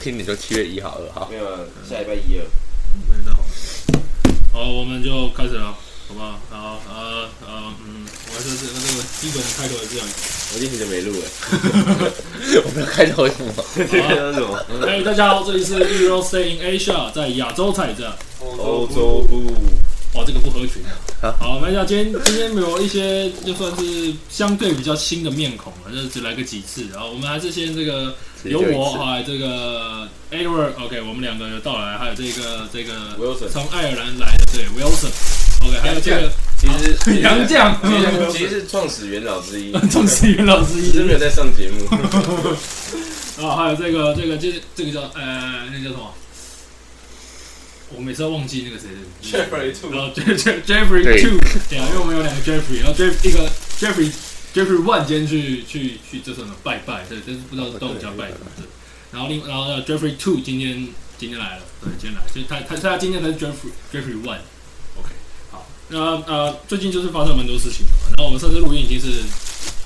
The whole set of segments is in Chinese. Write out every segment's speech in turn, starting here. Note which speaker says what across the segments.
Speaker 1: 听你说七月一号、二号
Speaker 2: 没。有啊下礼拜一了。
Speaker 3: 没那好。好，我们就开始了，好不好？好，呃呃，嗯，我还是这个这个基本的开头也是这样。
Speaker 2: 我已经很久没录 了。
Speaker 1: 我们要开头什么？
Speaker 2: 这
Speaker 4: 哦
Speaker 2: 个是什么？
Speaker 3: 哎、大家好，这里是 Euro Stay in Asia，在亚洲踩着。
Speaker 2: 欧洲部。
Speaker 3: 哇，这个不合群
Speaker 1: 啊
Speaker 3: 啊！好，没讲，今天今天没有一些就算是相对比较新的面孔了，就是只来个几次。然后我们还是先这个由我还有这个 Edward，OK，、我们两个有到来，还有这个这个
Speaker 2: Wilson
Speaker 3: 从爱尔兰来的对 Wilson，OK，、还有这个
Speaker 2: 其实其实
Speaker 3: 杨绛，
Speaker 2: 其实其实是创始元老之一，
Speaker 3: 钟思云老师
Speaker 2: 其实没有在上节 目。
Speaker 3: 啊，还有这个这个这这个叫呃，那叫什么？我每次都忘记那个谁的
Speaker 2: Jeffrey Two
Speaker 3: 然后 Jeff Jeff- Jeffrey
Speaker 1: 对
Speaker 3: Two，对啊，因为我们有两个 Jeffrey，然后 Jeff 一个 Jeffrey Jeffrey One 今天去去去这什么拜拜，对，但是不知道到我们家拜什么对。然后另然后 Jeffrey Two 今天今天来了，对，今天来，所以他他他今天才是 Jeffrey Jeffrey One。OK，好，那呃最近就是发生蛮多事情的嘛，然后我们上次录音已经是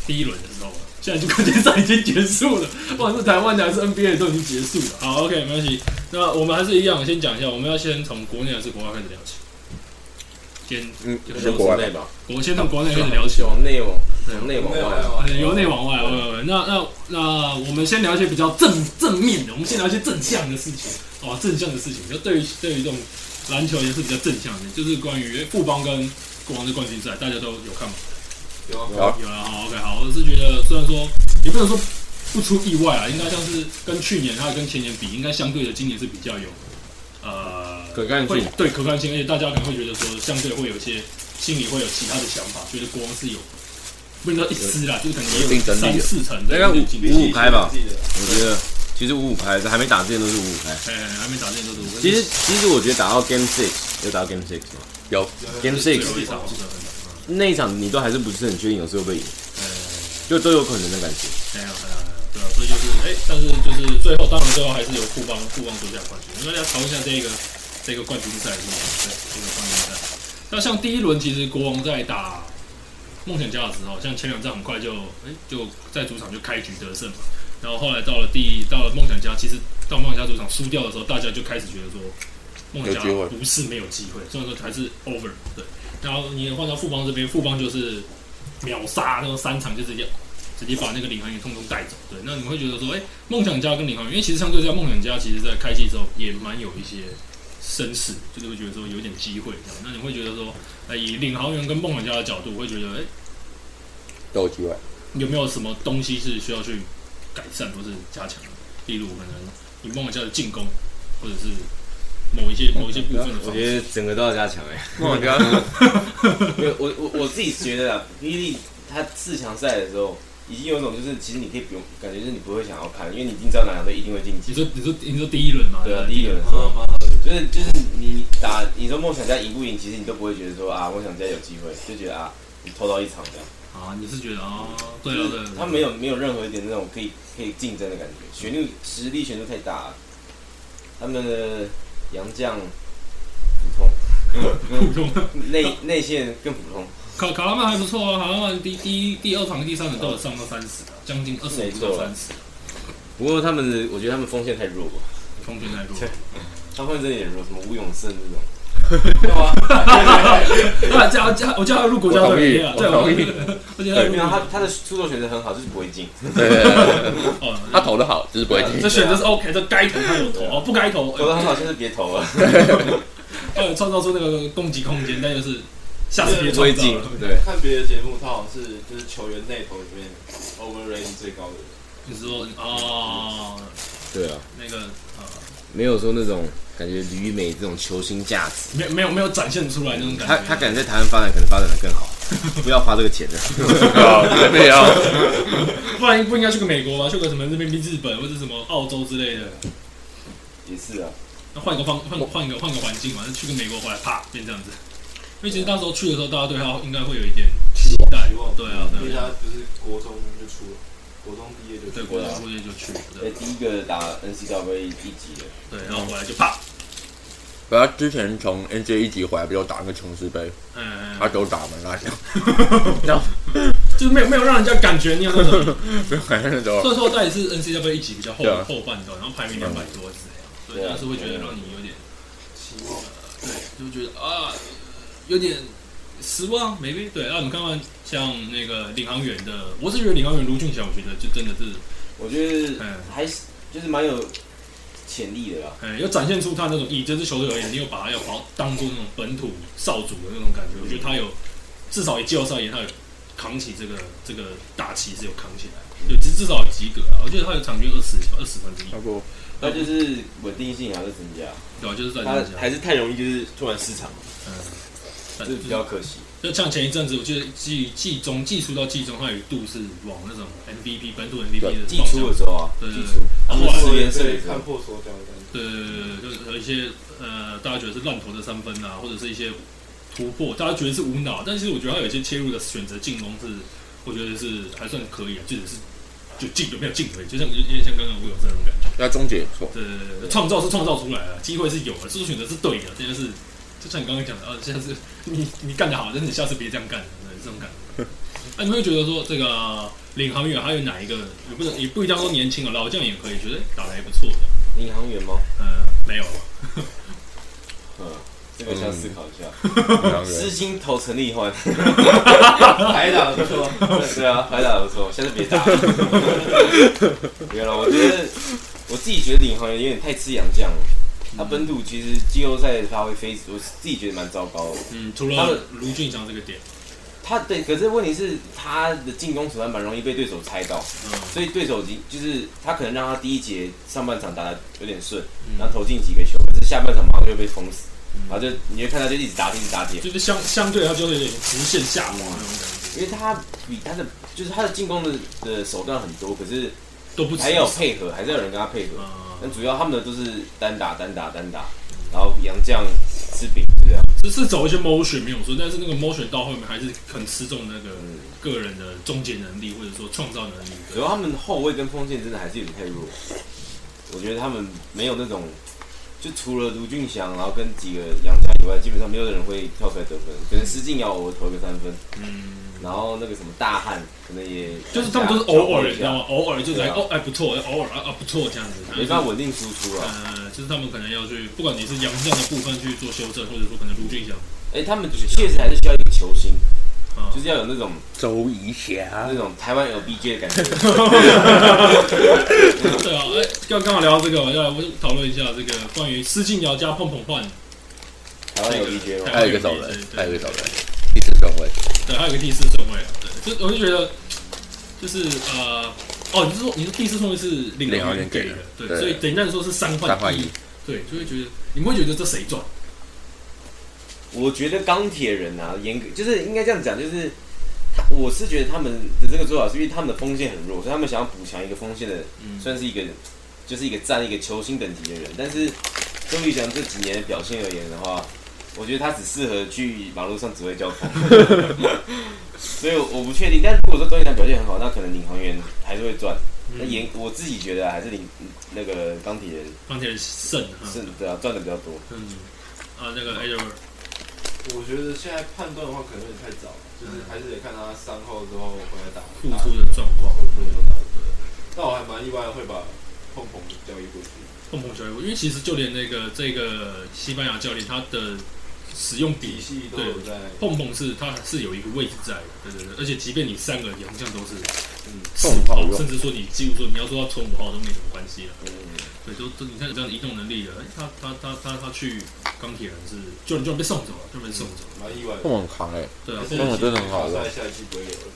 Speaker 3: 第一轮的时候了， 现在就冠军赛已经结束了，不管是台湾的还是 NBA 都已经结束了。好，OK，没关系。那我们还是一样，先讲一下，我们要先从国内还是国外开始聊起？先，
Speaker 1: 嗯，你
Speaker 3: 有没
Speaker 1: 说
Speaker 2: 从
Speaker 1: 国外
Speaker 2: 内
Speaker 1: 吧。
Speaker 2: 吧，
Speaker 3: 我先从国内开始聊起。
Speaker 2: 往内往往内往
Speaker 4: 啊
Speaker 2: 外。
Speaker 3: 呃由内往外，呃那那那我们先聊一些比较正正面的，我们先聊一些正向的事情，哦，正向的事情，就对于对于这种篮球也是比较正向的，就是关于富邦跟国王的冠军赛，大家都有看吗？
Speaker 1: 好
Speaker 3: 有了，好，OK，好，我是觉得虽然说也不能说不出意外啊，应该像是跟去年还有跟前年比，应该相对的今年是比较有呃
Speaker 1: 可干
Speaker 3: 会
Speaker 1: 净，
Speaker 3: 对可看性，而且大家可能会觉得说，相对会有一些心里会有其他的想法，觉得国王是有不能说一丝啦，就可能也
Speaker 1: 有竞
Speaker 3: 有
Speaker 1: 争力的
Speaker 3: 三四成
Speaker 1: 大
Speaker 3: 的
Speaker 1: 概五
Speaker 3: 有竞争力
Speaker 1: 五五开吧。
Speaker 4: 我觉得其实五五开还没打之前都是五五开。
Speaker 3: 哎，还没打进都是五分。
Speaker 4: 其实其实我觉得打到 Game Six 有打到 Game Six 吗
Speaker 1: 有
Speaker 4: ？Game
Speaker 3: 最
Speaker 4: Six
Speaker 3: 后一场是
Speaker 4: 那一场你都还是不是很确定有时候会不会赢，
Speaker 3: 哎，
Speaker 4: 就都有可能的感觉。
Speaker 3: 没有，哎呀对啊，所以就是哎，但是就是最后，当然最后还是由富邦富邦夺下冠军。因为要讨论一下这个这个冠军赛是吗？对，这个冠军赛。那像第一轮，其实国王在打梦想家的时候，像前两仗很快就哎、就在主场就开局得胜嘛。然后后来到了第到了梦想家，其实到梦想家主场输掉的时候，大家就开始觉得说梦想
Speaker 1: 有机
Speaker 3: 家不是没有机会，虽然说还是 over 对。然后你换到富邦这边，富邦就是秒杀那个三场就直接直接把那个领航员通通带走。对，那你会觉得说，哎、梦想家跟领航员，因为其实相对在梦想家，其实在开季之后也蛮有一些绅士，就是会觉得说有点机会这样。那你会觉得说，呃，以领航员跟梦想家的角度，会觉得，哎、
Speaker 1: 都有机会。
Speaker 3: 有没有什么东西是需要去改善或是加强的？例如可能以梦想家的进攻，或者是某一些
Speaker 2: 嗯
Speaker 3: 某一些部分的
Speaker 4: 我
Speaker 3: 方
Speaker 4: 觉
Speaker 3: 式。
Speaker 4: 得整个都要加强哎、
Speaker 1: 我刚
Speaker 2: 没有，我我我自己觉得啊，霹雳他四强赛的时候，已经有一种就是其实你可以不用，感觉就是你不会想要看，因为你已经知道哪两队一定会晋
Speaker 3: 你
Speaker 2: 级。
Speaker 3: 说你说你说第一轮嘛？
Speaker 2: 对啊，
Speaker 3: 不
Speaker 2: 第一轮的时候，就是就是你打你说梦想家赢不赢，其实你都不会觉得说啊梦想家有机会，就觉得啊你偷到一场这样。
Speaker 3: 啊，你是觉得啊、哦，对
Speaker 2: 就
Speaker 3: 了
Speaker 2: 是
Speaker 3: 对了，
Speaker 2: 他没有没有任何一点那种可以可以竞争的感觉，旋律实力悬殊太大了。他们的杨将普
Speaker 3: 普通。
Speaker 2: 通，内内线更普通，
Speaker 3: 卡卡拉曼还不错啊，卡拉曼第第第二场、第三场都有上到三十啊，将近二十五到三十，
Speaker 4: 不过他们
Speaker 2: 我觉得他们锋线太弱了，
Speaker 3: 空间太多。
Speaker 2: 他们真的也弱，什么吴永胜这种。
Speaker 3: 啊，叫叫我叫他入国家队啊，
Speaker 1: 我
Speaker 3: 对，
Speaker 1: 同意
Speaker 3: 我觉得
Speaker 2: 没有他他的出手选择很好，就是不会进。
Speaker 1: 对对对，对
Speaker 3: 哦，
Speaker 1: 他投的好，就是不会进
Speaker 3: 这。选择是 OK，这该投他有投，哦不该 投，
Speaker 2: 投的很好，就是别投了。
Speaker 3: 呃，创造出那个攻击空间，但就是下次别
Speaker 4: 不
Speaker 3: 创
Speaker 4: 会
Speaker 3: 造
Speaker 4: 进
Speaker 3: 了。，
Speaker 4: 对，
Speaker 5: 看别的节目，他好像是就是球员内投里面 overrating 最高的人。
Speaker 3: 你说哦，
Speaker 4: 对啊，
Speaker 3: 那个呃，
Speaker 4: 没有说那种感觉旅美这种球星价值，
Speaker 3: 没没有没有展现出来那种感
Speaker 4: 他
Speaker 3: 觉。
Speaker 4: 他敢在台湾发展，可能发展的更好，不要花这个钱了。
Speaker 1: 对没有，
Speaker 3: 不然不应该去个美国吗？去个什么那边日本或者什么澳洲之类的，
Speaker 2: 也是啊，
Speaker 3: 那换一个方换换一个换个环境嘛，那去个美国回来啪变这样子。因为其实那时候去的时候，大家对他应该会有一点期待
Speaker 5: 希，望
Speaker 3: 对啊对啊
Speaker 5: 因为他不是国中就出了，国中毕业就
Speaker 3: 对
Speaker 5: 出
Speaker 3: 国
Speaker 5: 了。
Speaker 3: 家出去就去了，
Speaker 2: 哎
Speaker 3: 对，啊
Speaker 2: 第一个打 NCAA 一级的，
Speaker 3: 对，然后回来就啪，
Speaker 1: 然后之前从
Speaker 3: 哎
Speaker 4: 啊
Speaker 1: NBA 一级回来，不就打那个琼斯杯，
Speaker 3: 嗯，
Speaker 1: 他都打门那球，然后
Speaker 3: 就是没有没有让人家感觉你有那种。
Speaker 1: 没有感觉那种
Speaker 3: 所以说，到底是 NCW 一级比较后
Speaker 1: 对啊
Speaker 3: 后半段，然后排名两百多之类的，所
Speaker 2: 对
Speaker 3: 以
Speaker 2: 啊
Speaker 3: 就是会觉得让你有点希望，对，就觉得啊，有点失望，maybe 对。那我们看看像那个领航员的，我是觉得领航员卢俊祥，我觉得就真的是，
Speaker 2: 我觉得
Speaker 3: 嗯
Speaker 2: 还是就是蛮有潜力的啦。
Speaker 3: 哎，有展现出他那种以这支球队而言，你有把他要把当做那种本土少主的那种感觉。我觉得他有至少以季后赛而言，他有扛起这个这个大旗是有扛起来，就至至少有及格啊。我觉得他有场均二十二十分之一
Speaker 1: 差，不多
Speaker 5: 嗯
Speaker 2: 那就是稳定性还是增加，
Speaker 3: 对吧？啊就是在
Speaker 2: 他
Speaker 3: 这样。嗯
Speaker 2: 还是太容易就是突然失常，
Speaker 5: 嗯
Speaker 3: 但
Speaker 2: 这比较可惜。
Speaker 3: 就像前一阵子，我记得季季中季初到季中，他有一度是往那种 MVP 本土
Speaker 5: 嗯
Speaker 3: MVP 的
Speaker 2: 季初的时候啊，
Speaker 3: 对
Speaker 2: 季初，
Speaker 3: 然后
Speaker 2: 后
Speaker 3: 后来
Speaker 2: 来
Speaker 5: 破
Speaker 2: 十连胜
Speaker 5: 对
Speaker 1: 啊
Speaker 2: 的时候
Speaker 5: 看，破手脚的，
Speaker 3: 对对对，对就是有一些呃，大家觉得是乱投的三分啊，或者是一些突破，大家觉得是无脑，但其实我觉得他有一些切入的选择进攻是，我觉得是还算可以啊，就只是就进有没有进而已，就像有点像刚刚我有这种感觉。
Speaker 1: 那终结也不错，
Speaker 3: 对对对，创造是创造出来了，机会是有了，做出选择是对的，这就是就像你刚刚讲的，呃，下次你你干得好，但是你下次别这样干，对这种感觉。 那、你会觉得说这个领航员还有哪一个也不能也不一定要说年轻啊，老将也可以，觉得打得还不错的。
Speaker 2: 银行员吗？
Speaker 3: 呃，没有了，
Speaker 2: 嗯，这个需要思考一下。
Speaker 1: 领航
Speaker 2: 私
Speaker 1: 员
Speaker 2: 心投陈立 焕，
Speaker 5: 还打不错，
Speaker 2: 对啊，还打得不错，下次别 打。没有了，我觉得我自己觉得领航员有点太吃洋将了。他
Speaker 5: 嗯
Speaker 2: 本土其实季后赛的发挥非，我自己觉得蛮糟糕的。
Speaker 3: 嗯，除
Speaker 2: 他
Speaker 3: 了
Speaker 2: 们
Speaker 3: 卢俊祥这个点，
Speaker 2: 他对，可是问题是他的进攻手段蛮容易被对手猜到，
Speaker 3: 嗯
Speaker 2: 所以对手已经就是他可能让他第一节上半场打的有点顺，
Speaker 3: 嗯
Speaker 2: 然后投进几个球，可是下半场马上就被封死，然后就你就看他就一直打，一直打铁，
Speaker 3: 就是相相对他就是有点直线下滑那种感
Speaker 2: 因为他比他的就是他的进攻的的手段很多，可是
Speaker 3: 觉，都不止
Speaker 2: 还有配合，还是要有人跟他配合。
Speaker 3: 呃
Speaker 2: 但主要他们的都是单打、单打、单打，然后杨绛吃饼啊这样。
Speaker 3: 只是走一些 motion 没有错，但是那个 motion 到后面还是很吃重那个个人的终结能力或者说创造能力。
Speaker 2: 主要他们后卫跟锋线真的还是有点太弱，我觉得他们没有那种，就除了卢俊祥，然后跟几个杨绛以外，基本上没有人会跳出来得分。可能施静瑶偶尔投一个三分，
Speaker 3: 嗯，
Speaker 2: 然后那个什么大汉可能也
Speaker 3: 就是他们都是偶尔，你知道
Speaker 2: 样，
Speaker 3: 吗？偶尔就是
Speaker 2: 对
Speaker 3: 哎
Speaker 2: 啊
Speaker 3: 哦哎不错，偶尔啊啊不错这样子。
Speaker 2: 没办法稳定输出啊了。
Speaker 3: 呃，就是他们可能要去，不管你是杨将的部分去做修正，或者说可能卢俊祥
Speaker 2: 哎、他们确实还是需要一个球星，
Speaker 3: 啊，
Speaker 2: 就是要有那种
Speaker 1: 周怡霞
Speaker 2: 那种台湾 LBJ 的 感觉。
Speaker 3: 对啊，哎，刚刚好聊到这个，我要来讨论一下这个关于施静瑶加碰碰换，
Speaker 2: 台湾 LBJ 吗？
Speaker 1: 还有一个走人
Speaker 3: 对对，对
Speaker 1: 还有一个走人，第四中位，
Speaker 3: 对，还有个第四顺位啊，对，就我就觉得就是呃，哦，你是说你说第四顺位是领
Speaker 1: 领航员
Speaker 3: 给
Speaker 1: 给
Speaker 3: 的
Speaker 1: 的，
Speaker 3: 对，
Speaker 1: 对
Speaker 3: 所以等一下你说是三换
Speaker 1: 三换一，
Speaker 3: 对，就会觉得你们会觉得这谁赚？
Speaker 2: 我觉得钢铁人啊，严格就是应该这样讲，就是他我是觉得他们的这个做法是因为他们的锋线很弱，所以他们想要补强一个锋线的，
Speaker 3: 嗯
Speaker 2: 算是一个就是一个占一个球星等级的人。但是周瑜翔这几年的表现而言的话，我觉得他只适合去马路上指挥交通， 所以我不确定。但如果说周瑜翔表现很好，那可能领航员还是会赚。那
Speaker 3: 嗯
Speaker 2: 严我自己觉得啊还是领那个钢铁人
Speaker 3: 钢铁人胜啊，
Speaker 2: 是对啊赚的比较多。
Speaker 3: 嗯，啊，那个 Edward，
Speaker 5: 我觉得现在判断的话可能有点太早了，就是还是得看他伤后之后回来打
Speaker 3: 付出的状况，
Speaker 5: 后出有打但我还蛮意外的会把碰碰交易过去，
Speaker 3: 碰碰球，因为其实就连那个这个西班牙教练他的使用比
Speaker 5: 体系都有在，
Speaker 3: 碰碰是他是有一个位置在的，对对对，而且即便你三个洋将都是
Speaker 5: 嗯，
Speaker 3: 四
Speaker 1: 碰好
Speaker 3: 号，
Speaker 1: 用
Speaker 3: 甚至说你几乎说你要说他纯五号都没什么关系了。
Speaker 2: 嗯，
Speaker 3: 对，都都你看有这样的移动能力的，哎他他他他他去钢铁人是，就就被送走了，就被送走
Speaker 5: 蛮
Speaker 3: 了。
Speaker 5: 意外的。
Speaker 1: 我很扛哎，
Speaker 3: 对
Speaker 5: 还，
Speaker 3: 啊
Speaker 5: 是
Speaker 1: 碰碰真的很好用
Speaker 5: 下下一季不会有了。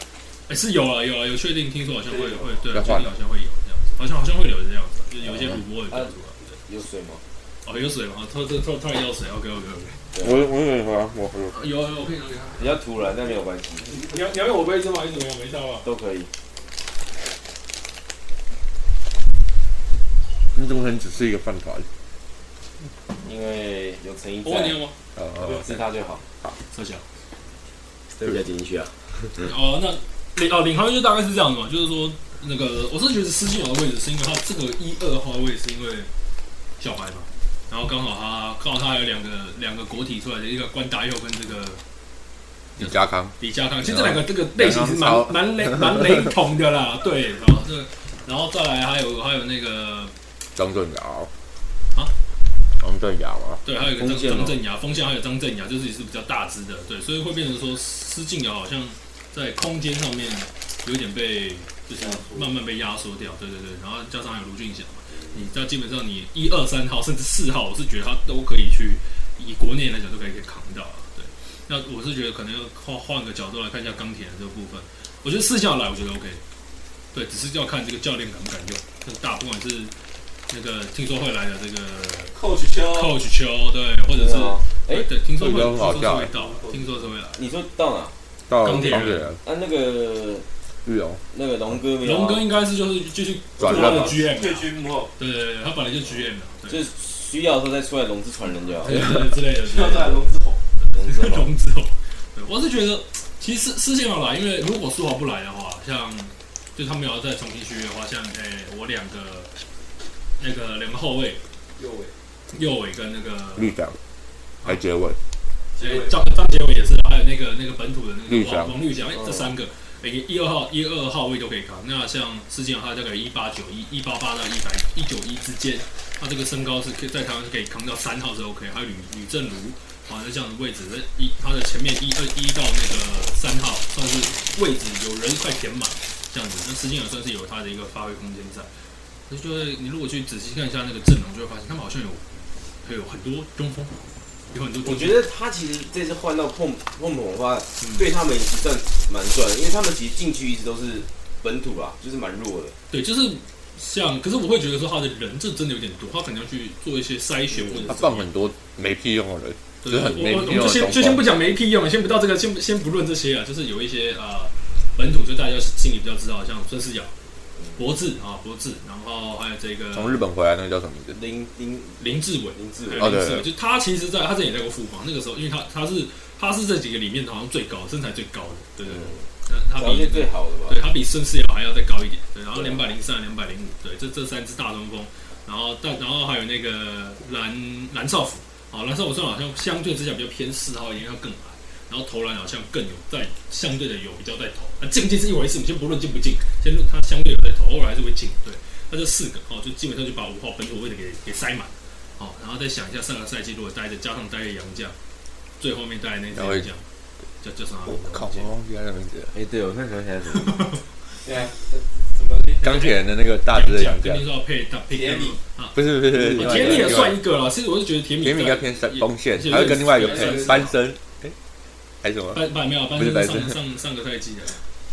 Speaker 3: 哎是有了有了有确定，听说好像
Speaker 5: 对
Speaker 3: 会
Speaker 5: 有
Speaker 3: 会对，啊
Speaker 1: 要
Speaker 3: 确定
Speaker 1: 换
Speaker 3: 好像会有这样子，好像好像会有这样子，就是有一些主播也讲出来。对
Speaker 2: 有水吗？
Speaker 3: 啊哦，有水吗？突突突突然要水，OK OK OK。
Speaker 1: 我我有喝，我喝，
Speaker 3: 啊有有，我可以拿给他。
Speaker 2: 比较突然，但没有关系，
Speaker 3: 你要你要用我杯子吗？还是怎么样？没到啊。
Speaker 2: 都可以。
Speaker 1: 你怎么可能只是一个饭团？
Speaker 2: 因为有诚意
Speaker 3: 我哦问你要
Speaker 2: 在，
Speaker 3: 吗？
Speaker 1: 呃，
Speaker 2: 是他就好。
Speaker 3: 撤下。
Speaker 4: 这比较进去啊。
Speaker 3: 哦，那领哦领航员就大概是这样子嘛，就是说那个我是觉得施晋尧的位置是因为他这个一二号位是因为呃小孩嘛，然后刚好他刚好他有两个两个国体出来的，一个关达佑跟这个
Speaker 1: 李家康，
Speaker 3: 李家康，其实这两个这个类型是蛮
Speaker 1: 两个
Speaker 3: 蛮雷蛮雷同的啦，对，然后这然后再来还有还有那个
Speaker 1: 张镇尧
Speaker 3: 啊，
Speaker 1: 张镇尧啊，
Speaker 3: 对，还有一个
Speaker 2: 锋
Speaker 3: 张
Speaker 2: 线哦
Speaker 3: 张镇雅，锋线还有张镇雅，就是也是比较大只的，对，所以会变成说施静瑶好像在空间上面有点被就是慢慢被压缩掉，对对对，然后加上还有卢俊祥嘛，你知道基本上你一二三号甚至四号，我是觉得他都可以去以国内来讲都可以可以扛到啊，对，那我是觉得可能要换换个角度来看一下钢铁的这个部分，我觉得四项来我觉得 OK，对，只是要看这个教练敢不敢用，这个大不管是那个听说会来的这个。
Speaker 5: Coach 秋，
Speaker 3: coach 球，对，或者是
Speaker 2: 哦哎，
Speaker 3: 对，听说会
Speaker 1: 这个很好
Speaker 3: 听
Speaker 1: 笑
Speaker 3: 说
Speaker 1: 哎
Speaker 3: 是会到，听说是会来。
Speaker 2: 你说到哪？
Speaker 1: 到
Speaker 3: 钢
Speaker 1: 钢
Speaker 3: 铁
Speaker 1: 铁
Speaker 3: 人
Speaker 1: 人
Speaker 2: 啊，那个
Speaker 1: 玉龙，
Speaker 2: 那个龙哥没有啊？
Speaker 3: 龙哥应该是就是就是
Speaker 1: 转
Speaker 3: 做
Speaker 1: 任
Speaker 3: 他
Speaker 1: 了
Speaker 3: 的 GM，
Speaker 5: 退
Speaker 3: 啊
Speaker 5: 居幕后，
Speaker 3: 对对对，他本来就是 GM 嘛，对，
Speaker 2: 就是需要的时候再出来融资传人就好。
Speaker 3: 对对对 之类的之
Speaker 5: 要
Speaker 3: 类
Speaker 5: 在
Speaker 3: 的。
Speaker 5: 龙之红，
Speaker 2: 融资好
Speaker 3: 龙之后，对，我是觉得其实事先要来，因为如果苏豪不来的话，像就他们要再重新续约的话，像诶我两个那个两个后卫
Speaker 5: 右尾，
Speaker 3: 右尾跟那个
Speaker 1: 绿翔，还结尾，
Speaker 5: 结尾
Speaker 3: 哎，张张杰伟也是啊，还有那个那个本土的那
Speaker 1: 绿
Speaker 3: 个
Speaker 1: 翔嗯
Speaker 3: 王王绿翔，哎，这三个，哎，一二号一二号位都可以扛。那像施建他大概一八九一一八八到一百一九一之间，他这个身高是可以在台湾是可以扛到三号是 OK，还有吕吕正如，啊，那这样的位置，那一他的前面一二一到那个三号算是位置有人快填满这样子，那施建也算是有他的一个发挥空间在。那就是你如果去仔细看一下那个阵容，就会发现他们好像有还有很多中锋，有很多中
Speaker 2: 我
Speaker 3: 锋
Speaker 2: 觉得他其实这次换到碰碰碰的话
Speaker 3: 嗯，
Speaker 2: 对他们也是算蛮赚的，因为他们其实禁区一直都是本土啊，就是蛮弱的。
Speaker 3: 对，就是像，可是我会觉得说他的人这真的有点多，他可能要去做一些筛选或者是
Speaker 1: 嗯他放很多没屁用的人，
Speaker 3: 啊对
Speaker 1: 就
Speaker 3: 我
Speaker 1: 很没
Speaker 3: 我我
Speaker 1: 屁
Speaker 3: 们
Speaker 1: 用的
Speaker 3: 就先
Speaker 1: 中
Speaker 3: 就先不
Speaker 1: 锋，
Speaker 3: 讲没屁用，先不到这个，先不先不论这些啊，就是有一些呃本土，就大家心里比较知道，像孙思尧、博智啊、博智，然后还有这
Speaker 1: 从
Speaker 3: 个
Speaker 1: 日本回来那个叫什么名字？
Speaker 2: 林林
Speaker 3: 林志伟。
Speaker 2: 林志
Speaker 3: 对
Speaker 2: 伟
Speaker 1: 哦
Speaker 3: 林
Speaker 1: 对
Speaker 3: 志伟，就他其实在，他之前也在过富邦，那个时候，因为他他是他是这几个里面好像最高，身材最高的，对
Speaker 1: 嗯
Speaker 3: 对对，那他
Speaker 2: 条
Speaker 3: 比
Speaker 2: 件最好的吧？
Speaker 3: 对，他比孙思尧还要再高一点，对，然后两百零三、两百零五，对，这这三支大中锋，然后但然后还有那个蓝蓝少辅，好，蓝少辅算好像相对之下比较偏四号一点，要更矮，然后投篮好像更有在相对的有比较在投，那、进不进是一回事，我们先不论进不进，先论他相对有在投，偶尔还是会进，对，那这四个哦，就基本上就把五号本土位置给给塞满，好、然后再想一下上个赛季如果待着，加上待着杨将，最后面带来那只
Speaker 1: 然后
Speaker 3: 杨将，叫叫什么啊名字？
Speaker 1: 我靠，我忘记他的名字了。
Speaker 4: 哎，对，我看想起来什么？
Speaker 5: 对啊，怎么的？
Speaker 1: 钢铁人的那个大只的
Speaker 3: 杨
Speaker 1: 杨将
Speaker 3: 将，肯定，是要配搭配
Speaker 5: 铁米
Speaker 3: 啊。
Speaker 1: 不是不是不是，另外一
Speaker 3: 甜
Speaker 1: 个
Speaker 3: 米
Speaker 1: 另外
Speaker 3: 也
Speaker 1: 一个
Speaker 3: 算一个啦，其实我是觉得甜米
Speaker 1: 杰米应该
Speaker 3: 在
Speaker 1: 偏三
Speaker 3: 也
Speaker 1: 锋线
Speaker 3: 也，
Speaker 1: 还有跟另外一个
Speaker 3: 也
Speaker 1: 配
Speaker 3: 是哎
Speaker 1: 班森，哎，还是什么？
Speaker 3: 班班没有班
Speaker 1: 不是
Speaker 3: 是
Speaker 1: 班
Speaker 3: 上
Speaker 1: 森
Speaker 3: 上上个赛季的，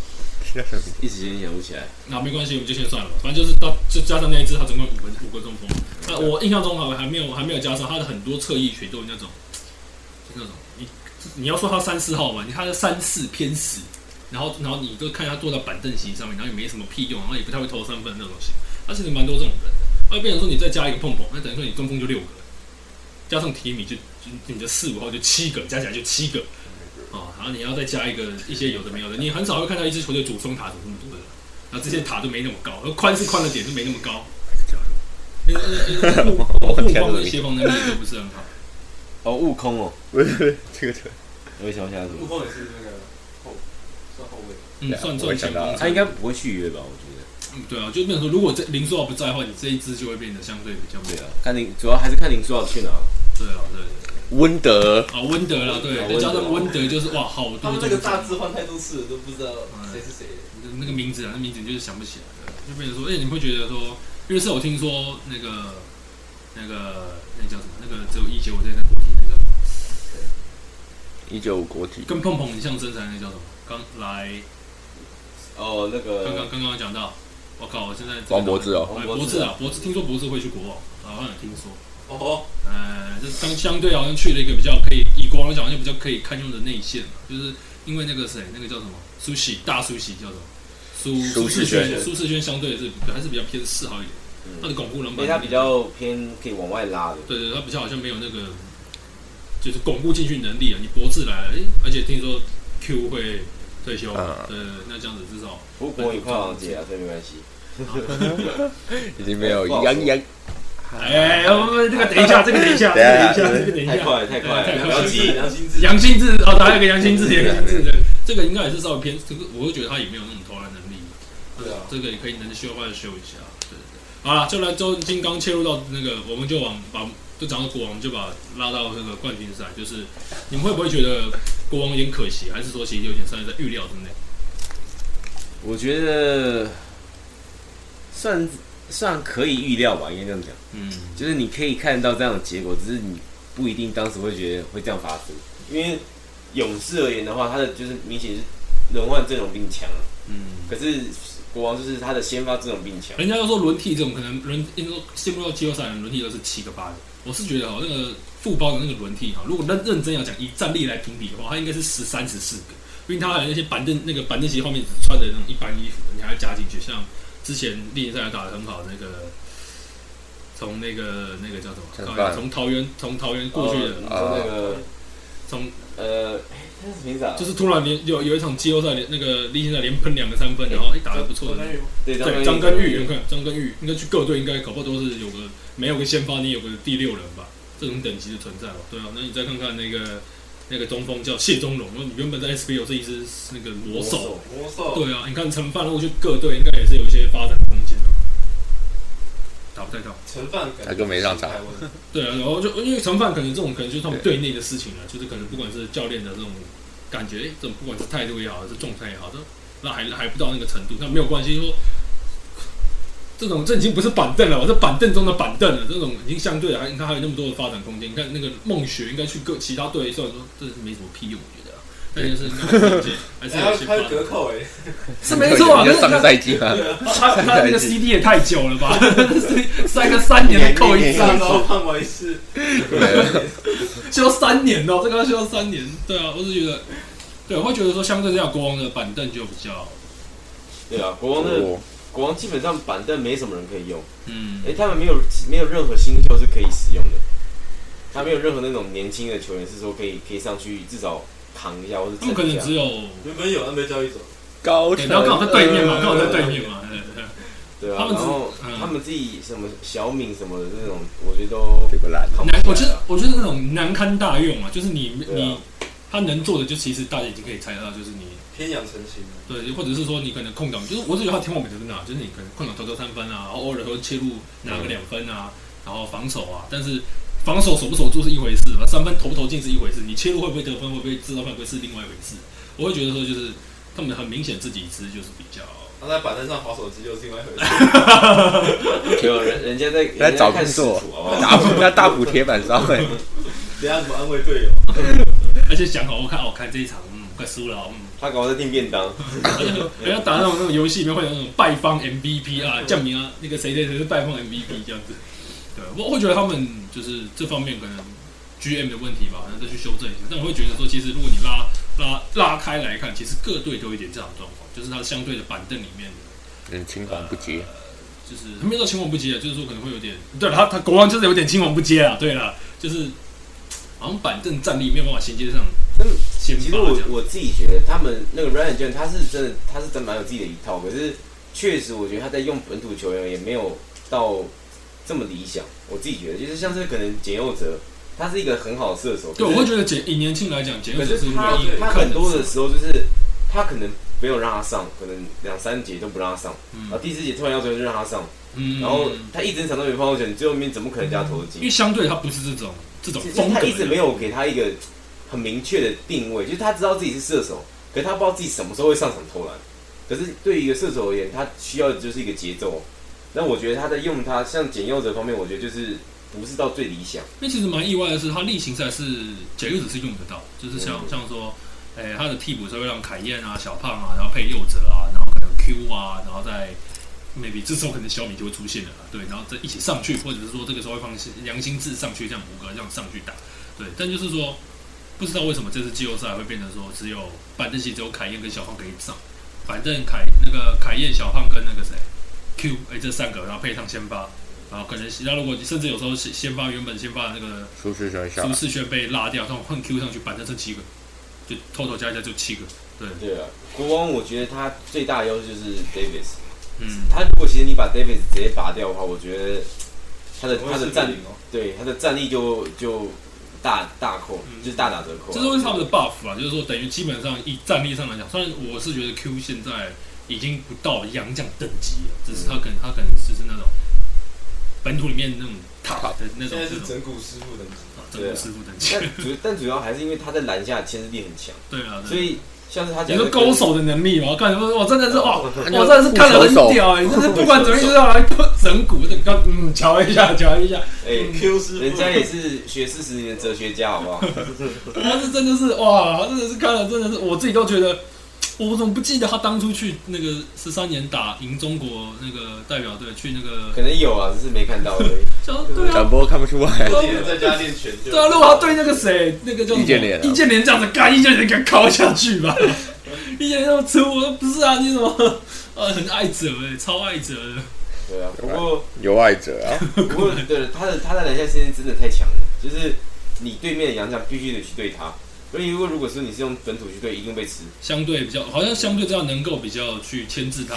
Speaker 1: 叫什么名字
Speaker 4: 一时间想不起来。
Speaker 3: 那没关系，我们就先算了吧。反正就是到就加上那一支，他总共五个五个中锋。那我印象中啊好像还没有还没有加上他的很多侧翼选都是那种，就是那种你你要说他三四号吧，你看他三四偏十，然后然后你就看他坐在板凳席上面，然后也没什么屁用，然啊后也不太会投三分那种型。啊他其实蛮多这种人的。那变成说你再加一个碰碰，那等于说你中锋就六个了，加上提米就就你的四五号就七个，加起来就七个。哦，然后你要再加一个一些有的没有的，你很少会看到一支球队主攻塔主这么多的。然后这些啊塔都没那么高，而宽是宽了点，就没那么高。呃呃呃护护框跟协防能力也都不是很好。
Speaker 2: 哦，悟空哦，
Speaker 1: 不是不是这个这
Speaker 4: 我也想不起来什
Speaker 5: 陆
Speaker 4: 么。
Speaker 5: 空也是那个后，算后卫，
Speaker 3: 嗯，算算前锋，
Speaker 4: 哎他应该不会续约吧？我觉得。
Speaker 3: 嗯对啊，就变成说，如果这林书豪不在的话，你这一支就会变得相对比较
Speaker 4: 对
Speaker 3: 没有。
Speaker 4: 啊，
Speaker 2: 看林主要还是看林书豪去哪。
Speaker 3: 对啊，对对对
Speaker 1: 温德
Speaker 3: 啊，温德啦，对，再加上温德啊就是哇，好
Speaker 5: 他
Speaker 3: 多
Speaker 5: 们
Speaker 3: 这
Speaker 5: 这个大字换太多次了，都不知道
Speaker 2: 嗯
Speaker 5: 谁是谁了。
Speaker 3: 那个名字啊，那名字你就是想不起来的，就变成说，哎、你会觉得说，因为是我听说那个那个那叫什么，那个只有一九我在那国体那个
Speaker 1: 一九五国体，
Speaker 3: 跟碰碰很像身材那叫什么，刚来
Speaker 2: 哦，那
Speaker 3: 刚刚
Speaker 2: 个
Speaker 3: 刚刚讲到，我靠，我现在
Speaker 1: 王柏芝哦
Speaker 3: 哎呃柏芝啊，柏芝，听说柏芝会去国王，好像有听说，
Speaker 5: 哦，
Speaker 3: 呃，就是相相对好像去了一个比较可以以国王来讲，好像比较可以堪用的内线嘛，就是因为那个谁，那个叫什么苏喜大苏喜叫什么苏
Speaker 1: 苏
Speaker 3: 世
Speaker 1: 世
Speaker 3: 轩，
Speaker 1: 轩
Speaker 3: 苏世轩相对是还是比较偏四号一点，他的巩固篮
Speaker 2: 因为他
Speaker 3: 板，
Speaker 2: 比较偏可以往外拉的，
Speaker 3: 对对，他比较好像没有那个就是巩固进去能力啊，你博智来了，哎，而且听说 Q 会退休，
Speaker 1: 嗯
Speaker 3: 对，那这样子至少
Speaker 2: 不过国语快好解啊，所以没关系。
Speaker 3: 哦
Speaker 1: 已经没有
Speaker 2: 不好说
Speaker 1: 杨洋
Speaker 3: 哎，我们这个等一下，这个等一下，
Speaker 1: 等
Speaker 3: 这
Speaker 1: 一
Speaker 3: 个
Speaker 1: 下
Speaker 3: 等一下，这个等一
Speaker 2: 啊太
Speaker 3: 下。
Speaker 2: 快了，太快
Speaker 3: 太
Speaker 2: 了，
Speaker 3: 快了
Speaker 2: 聊
Speaker 5: 记
Speaker 2: 机，
Speaker 5: 良心自己
Speaker 3: 杨兴志哦，还有一个杨兴志，杨兴志，对，这个应该也是稍微偏，这个我就觉得他也没有那种投篮能力。
Speaker 5: 对啊
Speaker 3: 这个也可以能修的话就修一下。对对对，好了，就来周金刚切入到那个，我们就往把就讲到国王，就把拉到那个冠军赛，就是你们会不会觉得国王有点可惜，还是说其实有点算是在预料之内？
Speaker 2: 我觉得算算可以预料吧，应该这样讲，
Speaker 3: 嗯，
Speaker 2: 就是你可以看到这样的结果，只是你不一定当时会觉得会这样发生，因为勇士而言的话，他的就是明显是轮换阵容比你强啊，
Speaker 3: 嗯，
Speaker 2: 可是国王就是他的先发阵容比你强，
Speaker 3: 人家要说轮替这种可能轮，应该说进入到季后赛的人轮替都是七个八个，我是觉得哦，那个富邦的那个轮替哈，如果认认真要讲以战力来评比的话，他应该是十三十四个，因为他还有那些板凳那个板凳席后面只穿的那种一般衣服，你还要加进去，像之前例行赛打得很好那个。从那个那个叫什
Speaker 1: 陈
Speaker 3: 么？
Speaker 1: 范
Speaker 3: 啊靠呀从桃园从桃园过去的，
Speaker 2: 然后那个
Speaker 3: 从
Speaker 2: 呃，哎他是凭啥？
Speaker 3: 就是突然连有有一场季后赛连那个例行赛连喷两个三分，然后哎打得不错的那种，
Speaker 2: 对
Speaker 3: 对，张根玉，你看张根玉应该去各队应该搞不好都是有个没有个先发，你有个第六人吧，这种等级的存在吧。对啊，那你再看看那个那个中锋叫谢宗荣，那你原本在 SBL 是一支那个魔手，
Speaker 5: 魔兽，
Speaker 3: 对啊，你看陈范如果去各队应该也是有一些发展空间啊。打不太到，
Speaker 5: 陈范感觉
Speaker 1: 他根本没上场
Speaker 5: 心态问题
Speaker 3: 对啊，然后就因为陈范可能这种可能就是他们队内的事情了，啊就是可能不管是教练的这种感觉，哎诶这种不管是态度也好，还是状态也好，都那还还不到那个程度，那没有关系。说这种这已经不是板凳啊了，我是板凳中的板凳了，啊这种已经相对的还你看还有那么多的发展空间。你看那个梦雪应该去各其他队，虽然说这没什么屁用，我觉得啊，但就是 还是
Speaker 5: 哎他
Speaker 3: 有一些
Speaker 5: 他
Speaker 3: 还是
Speaker 5: 是隔
Speaker 3: 有一些发 展，
Speaker 5: 扣哎，
Speaker 3: 是没错啊。
Speaker 1: 你就
Speaker 3: 可
Speaker 1: 是上个
Speaker 3: 他
Speaker 1: 赛季嘛，
Speaker 3: 他 他那个 CD 也太久了吧， 塞个三年才扣一次。啊
Speaker 5: 上周看完是
Speaker 3: 修三年哦，这个要修三年。对啊，我是觉得，对，我会觉得说，相对这样国王的板凳就比较，
Speaker 2: 对啊，国王
Speaker 4: 哦
Speaker 1: 哦
Speaker 2: 的国王基本上板凳没什么人可以用，
Speaker 3: 嗯
Speaker 2: 哎、，他们没有没有任何新秀是可以使用的，他没有任何那种年轻的球员是说可以可以上去至少扛一下或者
Speaker 3: 他们可
Speaker 2: 撑一
Speaker 3: 能
Speaker 2: 下
Speaker 3: 只，有，
Speaker 5: 原本有 NBA 交易走，
Speaker 1: 高
Speaker 3: 对，
Speaker 1: 层
Speaker 3: 然后刚好在对面嘛，
Speaker 2: 呃
Speaker 3: 刚好在对面嘛，对呃对
Speaker 2: 对
Speaker 3: 他
Speaker 2: 啊，
Speaker 3: 们
Speaker 2: 然
Speaker 3: 只
Speaker 2: 后
Speaker 3: 嗯
Speaker 2: 他们自己什么小敏什么的那种，我觉得都
Speaker 1: 这个烂，
Speaker 2: 扛不
Speaker 3: 难，我
Speaker 2: 起
Speaker 3: 觉
Speaker 2: 来
Speaker 3: 得
Speaker 2: 啊。
Speaker 3: 我觉得那种难堪大用啊，就是你
Speaker 2: 对啊
Speaker 3: 你他能做的，就其实大家已经可以猜得到，就是你
Speaker 5: 偏养成型的，
Speaker 3: 对，或者是说你可能空档，就是我是觉得他天花板啊就是那，就是你可能空档投投三分啊，然后偶尔会切入拿个两分啊，然后防守啊，但是防守守不守住是一回事嘛，三分投不投进是一回事，你切入会不会得分，会不会制造犯规是另外一回事。我会觉得说，就是他们很明显自己其实就是比较，
Speaker 5: 他在板凳上划手机又是另外一回事。
Speaker 2: 没有人人家在人
Speaker 1: 在
Speaker 2: 家
Speaker 1: 找
Speaker 2: 看
Speaker 1: 工
Speaker 2: 视
Speaker 1: 作
Speaker 2: 谱好不好？
Speaker 1: 打补那大补铁板烧哎，
Speaker 5: 等一下怎么安慰队友？
Speaker 3: 而且想好，我看哦，看这一场，嗯，快输了哦，嗯，
Speaker 2: 他搞在订便 当，
Speaker 3: 而且人家打那种那种游戏里面会有那种败方 MVP 啊，降明啊，那个谁谁谁是败方 MVP 这样子。对，我会觉得他们就是这方面可能 GM 的问题吧，可能再去修正一下。但我会觉得说，其实如果你拉拉拉开来看，其实各队都有一点这样的状况，就是它相对的板凳里面
Speaker 1: 嗯，青黄不接，
Speaker 3: 就是没有说青黄不接啊，就是说可能会有点，对了，他他国王就是有点青黄不接啊，对了，就是好像板凳战力没有办法衔接上
Speaker 2: 但是
Speaker 3: 先
Speaker 2: 其
Speaker 3: 发
Speaker 2: 实
Speaker 3: 这
Speaker 2: 我
Speaker 3: 样。
Speaker 2: 我自己觉得他们那个 Ryan Jones 他是真的，他是真蛮有自己的一套，可是确实我觉得他在用本土球员也没有到这么理想。我自己觉得就是像是可能简佑哲，他是一个很好的射手，
Speaker 3: 对，我
Speaker 2: 可
Speaker 3: 会
Speaker 2: 是
Speaker 3: 觉得简以年轻来讲，简
Speaker 2: 可
Speaker 3: 又只
Speaker 2: 是
Speaker 3: 是唯
Speaker 2: 他
Speaker 3: 一
Speaker 2: 他
Speaker 3: 可
Speaker 2: 很
Speaker 3: 能
Speaker 2: 多的
Speaker 3: 是
Speaker 2: 时候就是他可能没有让他上，可能两三节都不让他上，
Speaker 3: 嗯
Speaker 2: 然后第四节突然要求就让他上，
Speaker 3: 嗯，
Speaker 2: 然后他一整场都没碰到球，你最后面怎么可能叫他投得进
Speaker 3: 因为？相对他不是这种这种
Speaker 2: 其实
Speaker 3: 风格
Speaker 2: 他
Speaker 3: 的人，
Speaker 2: 一直没有给他一个很明确的定位，就是他知道自己是射手，可是他不知道自己什么时候会上场投篮。可是对于一个射手而言，他需要的就是一个节奏。那我觉得他在用他像简佑哲方面，我觉得就是不是到最理想。
Speaker 3: 那其实蛮意外的是，他例行赛是简佑子是用得到，就是像、
Speaker 2: 嗯
Speaker 3: 像说，诶、他的替补是会让凯燕啊、小胖啊，然后配佑哲啊，然后可能 Q 啊，然后再 maybe 这时候可能小米就会出现了啦，对，然后再一起上去，或者是说这个时候会放良心志上去，这样五个这样上去打，对，但就是说不知道为什么这次季后赛会变成说只有板凳席只有凯燕跟小胖可以上，反正凯那个凯燕、小胖跟那个谁 Q 哎、这三个，然后配上先发。然后啊可能其他如果甚至有时候先先发原本先发的那个
Speaker 1: 舒适学校
Speaker 4: 啊
Speaker 3: 苏，世轩被拉掉，然后换 Q 上去，板凳剩七个，就偷偷加一加就七个。对，
Speaker 2: 对啊，国王我觉得他最大的优势就是 Davis。
Speaker 3: 嗯，
Speaker 2: 他如果其实你把 Davis 直接拔掉的话，我觉得他的他的战
Speaker 5: 力哦，
Speaker 2: 对他的战力就就大大扣，
Speaker 3: 嗯
Speaker 2: 就是大打折扣啊。
Speaker 3: 这都是他们的 buff 啊，就是说等于基本上以战力上来讲，虽然我是觉得 Q 现在已经不到洋将等级了，只是他可能他可能就是那种本土里面那种塔的那
Speaker 5: 现
Speaker 3: 种
Speaker 5: 在
Speaker 3: 这
Speaker 5: 是
Speaker 3: 种
Speaker 5: 整蛊师傅等级，
Speaker 3: 啊整个师傅等级。
Speaker 2: 但主但主要还是因为他在篮下牵制力很强，
Speaker 3: 对啊，对啊啊
Speaker 2: 所以像是他
Speaker 3: 你
Speaker 2: 讲
Speaker 3: 说
Speaker 2: 的
Speaker 3: 勾手的能力嘛，我看我我真的是哇，我
Speaker 1: 就
Speaker 3: 真的是看得很屌哎，你真是不管怎么样就是要来整蛊这个，嗯，瞧一下瞧一下，
Speaker 2: 哎，
Speaker 6: 嗯
Speaker 5: ，Q 师傅，
Speaker 2: 人家也是学四十年的哲学家，好不好？
Speaker 3: 他是真的是哇，真的是看了真的是我自己都觉得，我怎么不记得他当初去那个十三年打赢中国那个代表队去那个，
Speaker 2: 可能有啊，只是没看到而已。
Speaker 3: 想说对啊
Speaker 1: 转，播看不出来，
Speaker 5: 自己人在家练拳就
Speaker 3: 对啊，如果他对那个谁，那个叫什么
Speaker 1: 易建联啊
Speaker 3: 易建联这样子干，易建联给他敲下去吧。易建联那么粗，我说不是啊，你怎么呃很爱折哎、超爱折的。
Speaker 2: 对啊，不过
Speaker 1: 有爱者啊，
Speaker 2: 不过对他的他在篮下现在真的太强了，就是你对面的洋将必须得去对他。所以如果如果说你是用本土去对，一定被吃。
Speaker 3: 相对比较，好像相对这样能够比较去牵制他，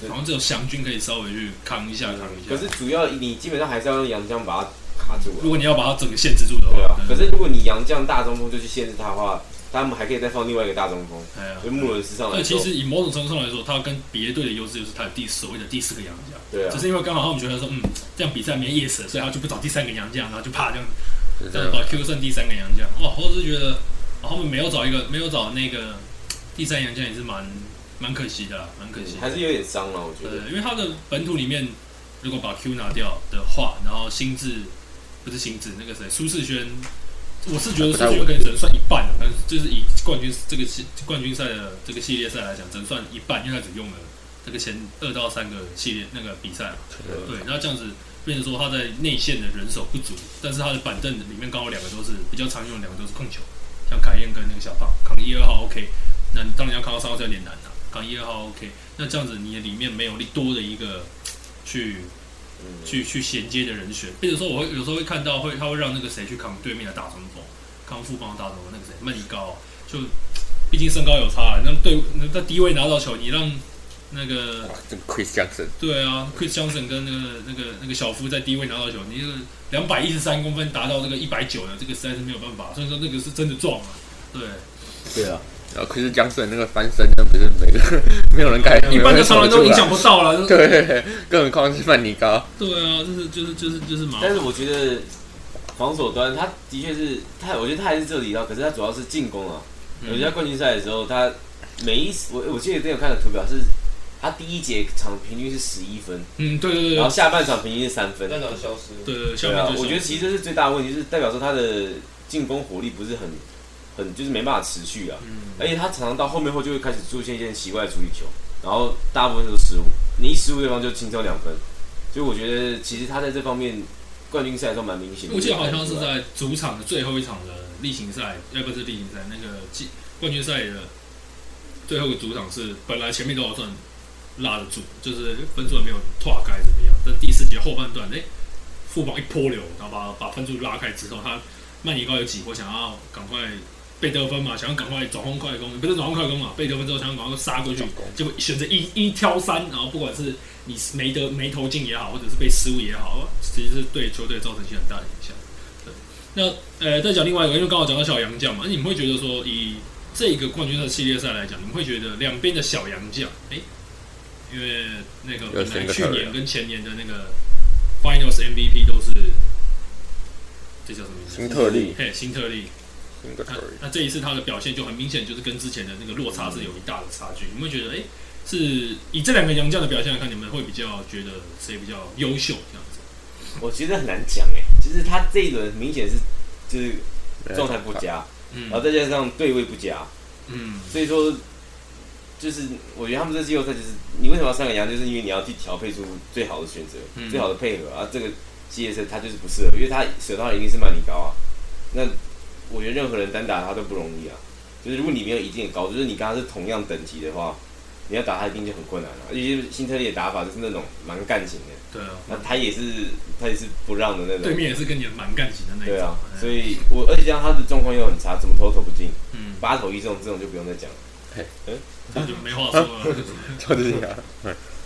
Speaker 2: 对
Speaker 3: 好像只有祥军可以稍微去扛一下扛一
Speaker 2: 可
Speaker 3: 下。
Speaker 2: 是主要你基本上还是要用洋将把它卡住啊。
Speaker 3: 如果你要把他整个限制住的
Speaker 2: 对
Speaker 3: 话
Speaker 2: 啊，，可是如果你洋将大中锋就去限制他的话，他们还可以再放另外一个大中锋，
Speaker 3: 哎呀
Speaker 2: 所以穆伦斯上来
Speaker 3: 对，
Speaker 2: 之
Speaker 3: 其
Speaker 2: 后，
Speaker 3: 实以某种程度上来说，他跟别队的优势就是他的第所谓的第四个洋将，
Speaker 2: 对啊
Speaker 3: 只，是因为刚好他们觉得说，嗯，这样比赛没意思，所以他就不找第三个洋将，然后就怕这样
Speaker 1: 是这
Speaker 3: 这样
Speaker 2: 啊
Speaker 1: 样
Speaker 3: 把 Q 剩第三个洋将。哇，我是觉得、哦他们没有找一个，没有找那个第三洋将也是蛮蛮可惜的啦，蛮可惜
Speaker 2: 嗯
Speaker 3: 的。
Speaker 2: 还是有点伤了，啊我觉得。
Speaker 3: 对，因为他的本土里面，如果把 Q 拿掉的话，然后心智不是心智，那个谁，苏世轩，我是觉得苏世轩可以只能算一半了，但是就是以冠军这个系冠军赛的这个系列赛来讲，只能算一半，因为他只用了这个前二到三个系列那个比赛嘛。对，那这样子变成说他在内线的人手不足，但是他的板凳里面刚好两个都是比较常用，两个都是控球，像凯燕跟那个小胖扛一二号 OK，那你当然要扛到三号就有点难了、扛一二号 OK，那这样子你的里面没有多的一个去
Speaker 2: 嗯，
Speaker 3: 去去衔接的人选，比如说我会有时候会看到会他会让那个谁去扛对面的大中锋，康复帮大中锋那个谁曼尼高，啊就毕竟身高有差、啊那对那在低位拿到球，你让那个
Speaker 1: 哇，这个 Chris Johnson
Speaker 3: 对啊，Chris Johnson 跟那个那个那个小夫在低位拿到球，你这个两百一十三公分达到这个一百九的，这个实在是没有办法。所以说那个是真的撞啊，对，
Speaker 4: 对啊，
Speaker 1: 然后 Chris Johnson 那个翻身，那不是每个没有人该，
Speaker 3: 一般的常人都影响
Speaker 1: 不
Speaker 3: 不到了。
Speaker 1: 出来，对，更何况是范尼高，
Speaker 3: 对啊，就是就是就是就是麻
Speaker 2: 但
Speaker 3: 烦。
Speaker 2: 是我觉得防守端他的确是他，我觉得他还是这里到，可是他主要是进攻啊。
Speaker 3: 嗯
Speaker 2: 我觉得冠军赛的时候，他每一我我记得之前有看的图表是，他第一节场平均是十一分，
Speaker 3: 嗯，对对对
Speaker 2: 然后下半场平均是三分。
Speaker 5: 那场消失，
Speaker 3: 对对对，下
Speaker 2: 啊对
Speaker 3: 面
Speaker 2: 啊
Speaker 3: 就，是
Speaker 2: 我觉得其实这是最大的问题，就是代表说他的进攻火力不是很很就是没办法持续啊。
Speaker 3: 嗯
Speaker 2: 而且他常常到后面后就会开始出现一些奇怪的处理球，然后大部分都是失误，你一失误对方就轻松两分，所以我觉得其实他在这方面冠军赛的时候蛮明显的。
Speaker 3: 我记得好像
Speaker 2: 啊
Speaker 3: 是在主场的最后一场的例行赛，要不是例行赛那个季冠军赛的最后一个主场是本来前面都有算拉得住，就是分数也没有拓开怎么样，但第四节后半段，哎、副榜一波流，然后把把分数拉开之后，他曼尼高有几波想要赶快被得分嘛，想要赶快转换快攻，不是转换快攻嘛，被得分之后想要赶快杀过去，结果选择一一挑三，然后不管是你没得没投进也好，或者是被失误也好，哦其实是对球队造成一些很大的影响。对，那呃，再讲另外一个，因为刚好讲到小杨将嘛，那你们会觉得说，以这个冠军赛系列赛来讲，你们会觉得两边的小杨将，哎、因为那个
Speaker 1: 有
Speaker 3: 本来
Speaker 1: 谁
Speaker 3: 去
Speaker 1: 跟谁
Speaker 3: 年跟前年的那个 Finals MVP 都是这叫什么名字？
Speaker 1: 辛特利，
Speaker 3: 嘿，辛特利，
Speaker 1: 辛特
Speaker 3: 那
Speaker 1: 利，
Speaker 3: 那这一次他的表现就很明显，就是跟之前的那个落差是有一大的差距。你们会觉得，哎、是以这两个洋将的表现来看，你们会比较觉得谁比较优秀这样子？
Speaker 2: 我觉得很难讲哎、就是他这一轮明显是就是状态不佳，然后
Speaker 3: 嗯
Speaker 2: 再加上啊对位不佳，
Speaker 3: 嗯，
Speaker 2: 所以说就是我觉得他们这季后赛就是你为什么要三个羊，就是因为你要去调配出最好的选择、
Speaker 3: 嗯
Speaker 2: 最好的配合啊。这个系列赛他就是不适合，因为他手套一定是曼尼高啊。那我觉得任何人单打他都不容易啊。就是如果你没有一定的高度，就是你跟他是同样等级的话，你要打他一定就很困难了、而且就是新特利的打法就是那种蛮干型的，
Speaker 3: 对啊，
Speaker 2: 那他也是他也是不让的那
Speaker 3: 对
Speaker 2: 种。
Speaker 3: 面也是跟你蛮干型的那一
Speaker 2: 对
Speaker 3: 种
Speaker 2: 啊，，
Speaker 3: 哎
Speaker 2: 所以我而且加上他的状况又很差，怎么投都投不进，
Speaker 3: 嗯，
Speaker 2: 八投一中这种就不用再讲了。
Speaker 3: 这就没话说了。就是
Speaker 1: 就是这样，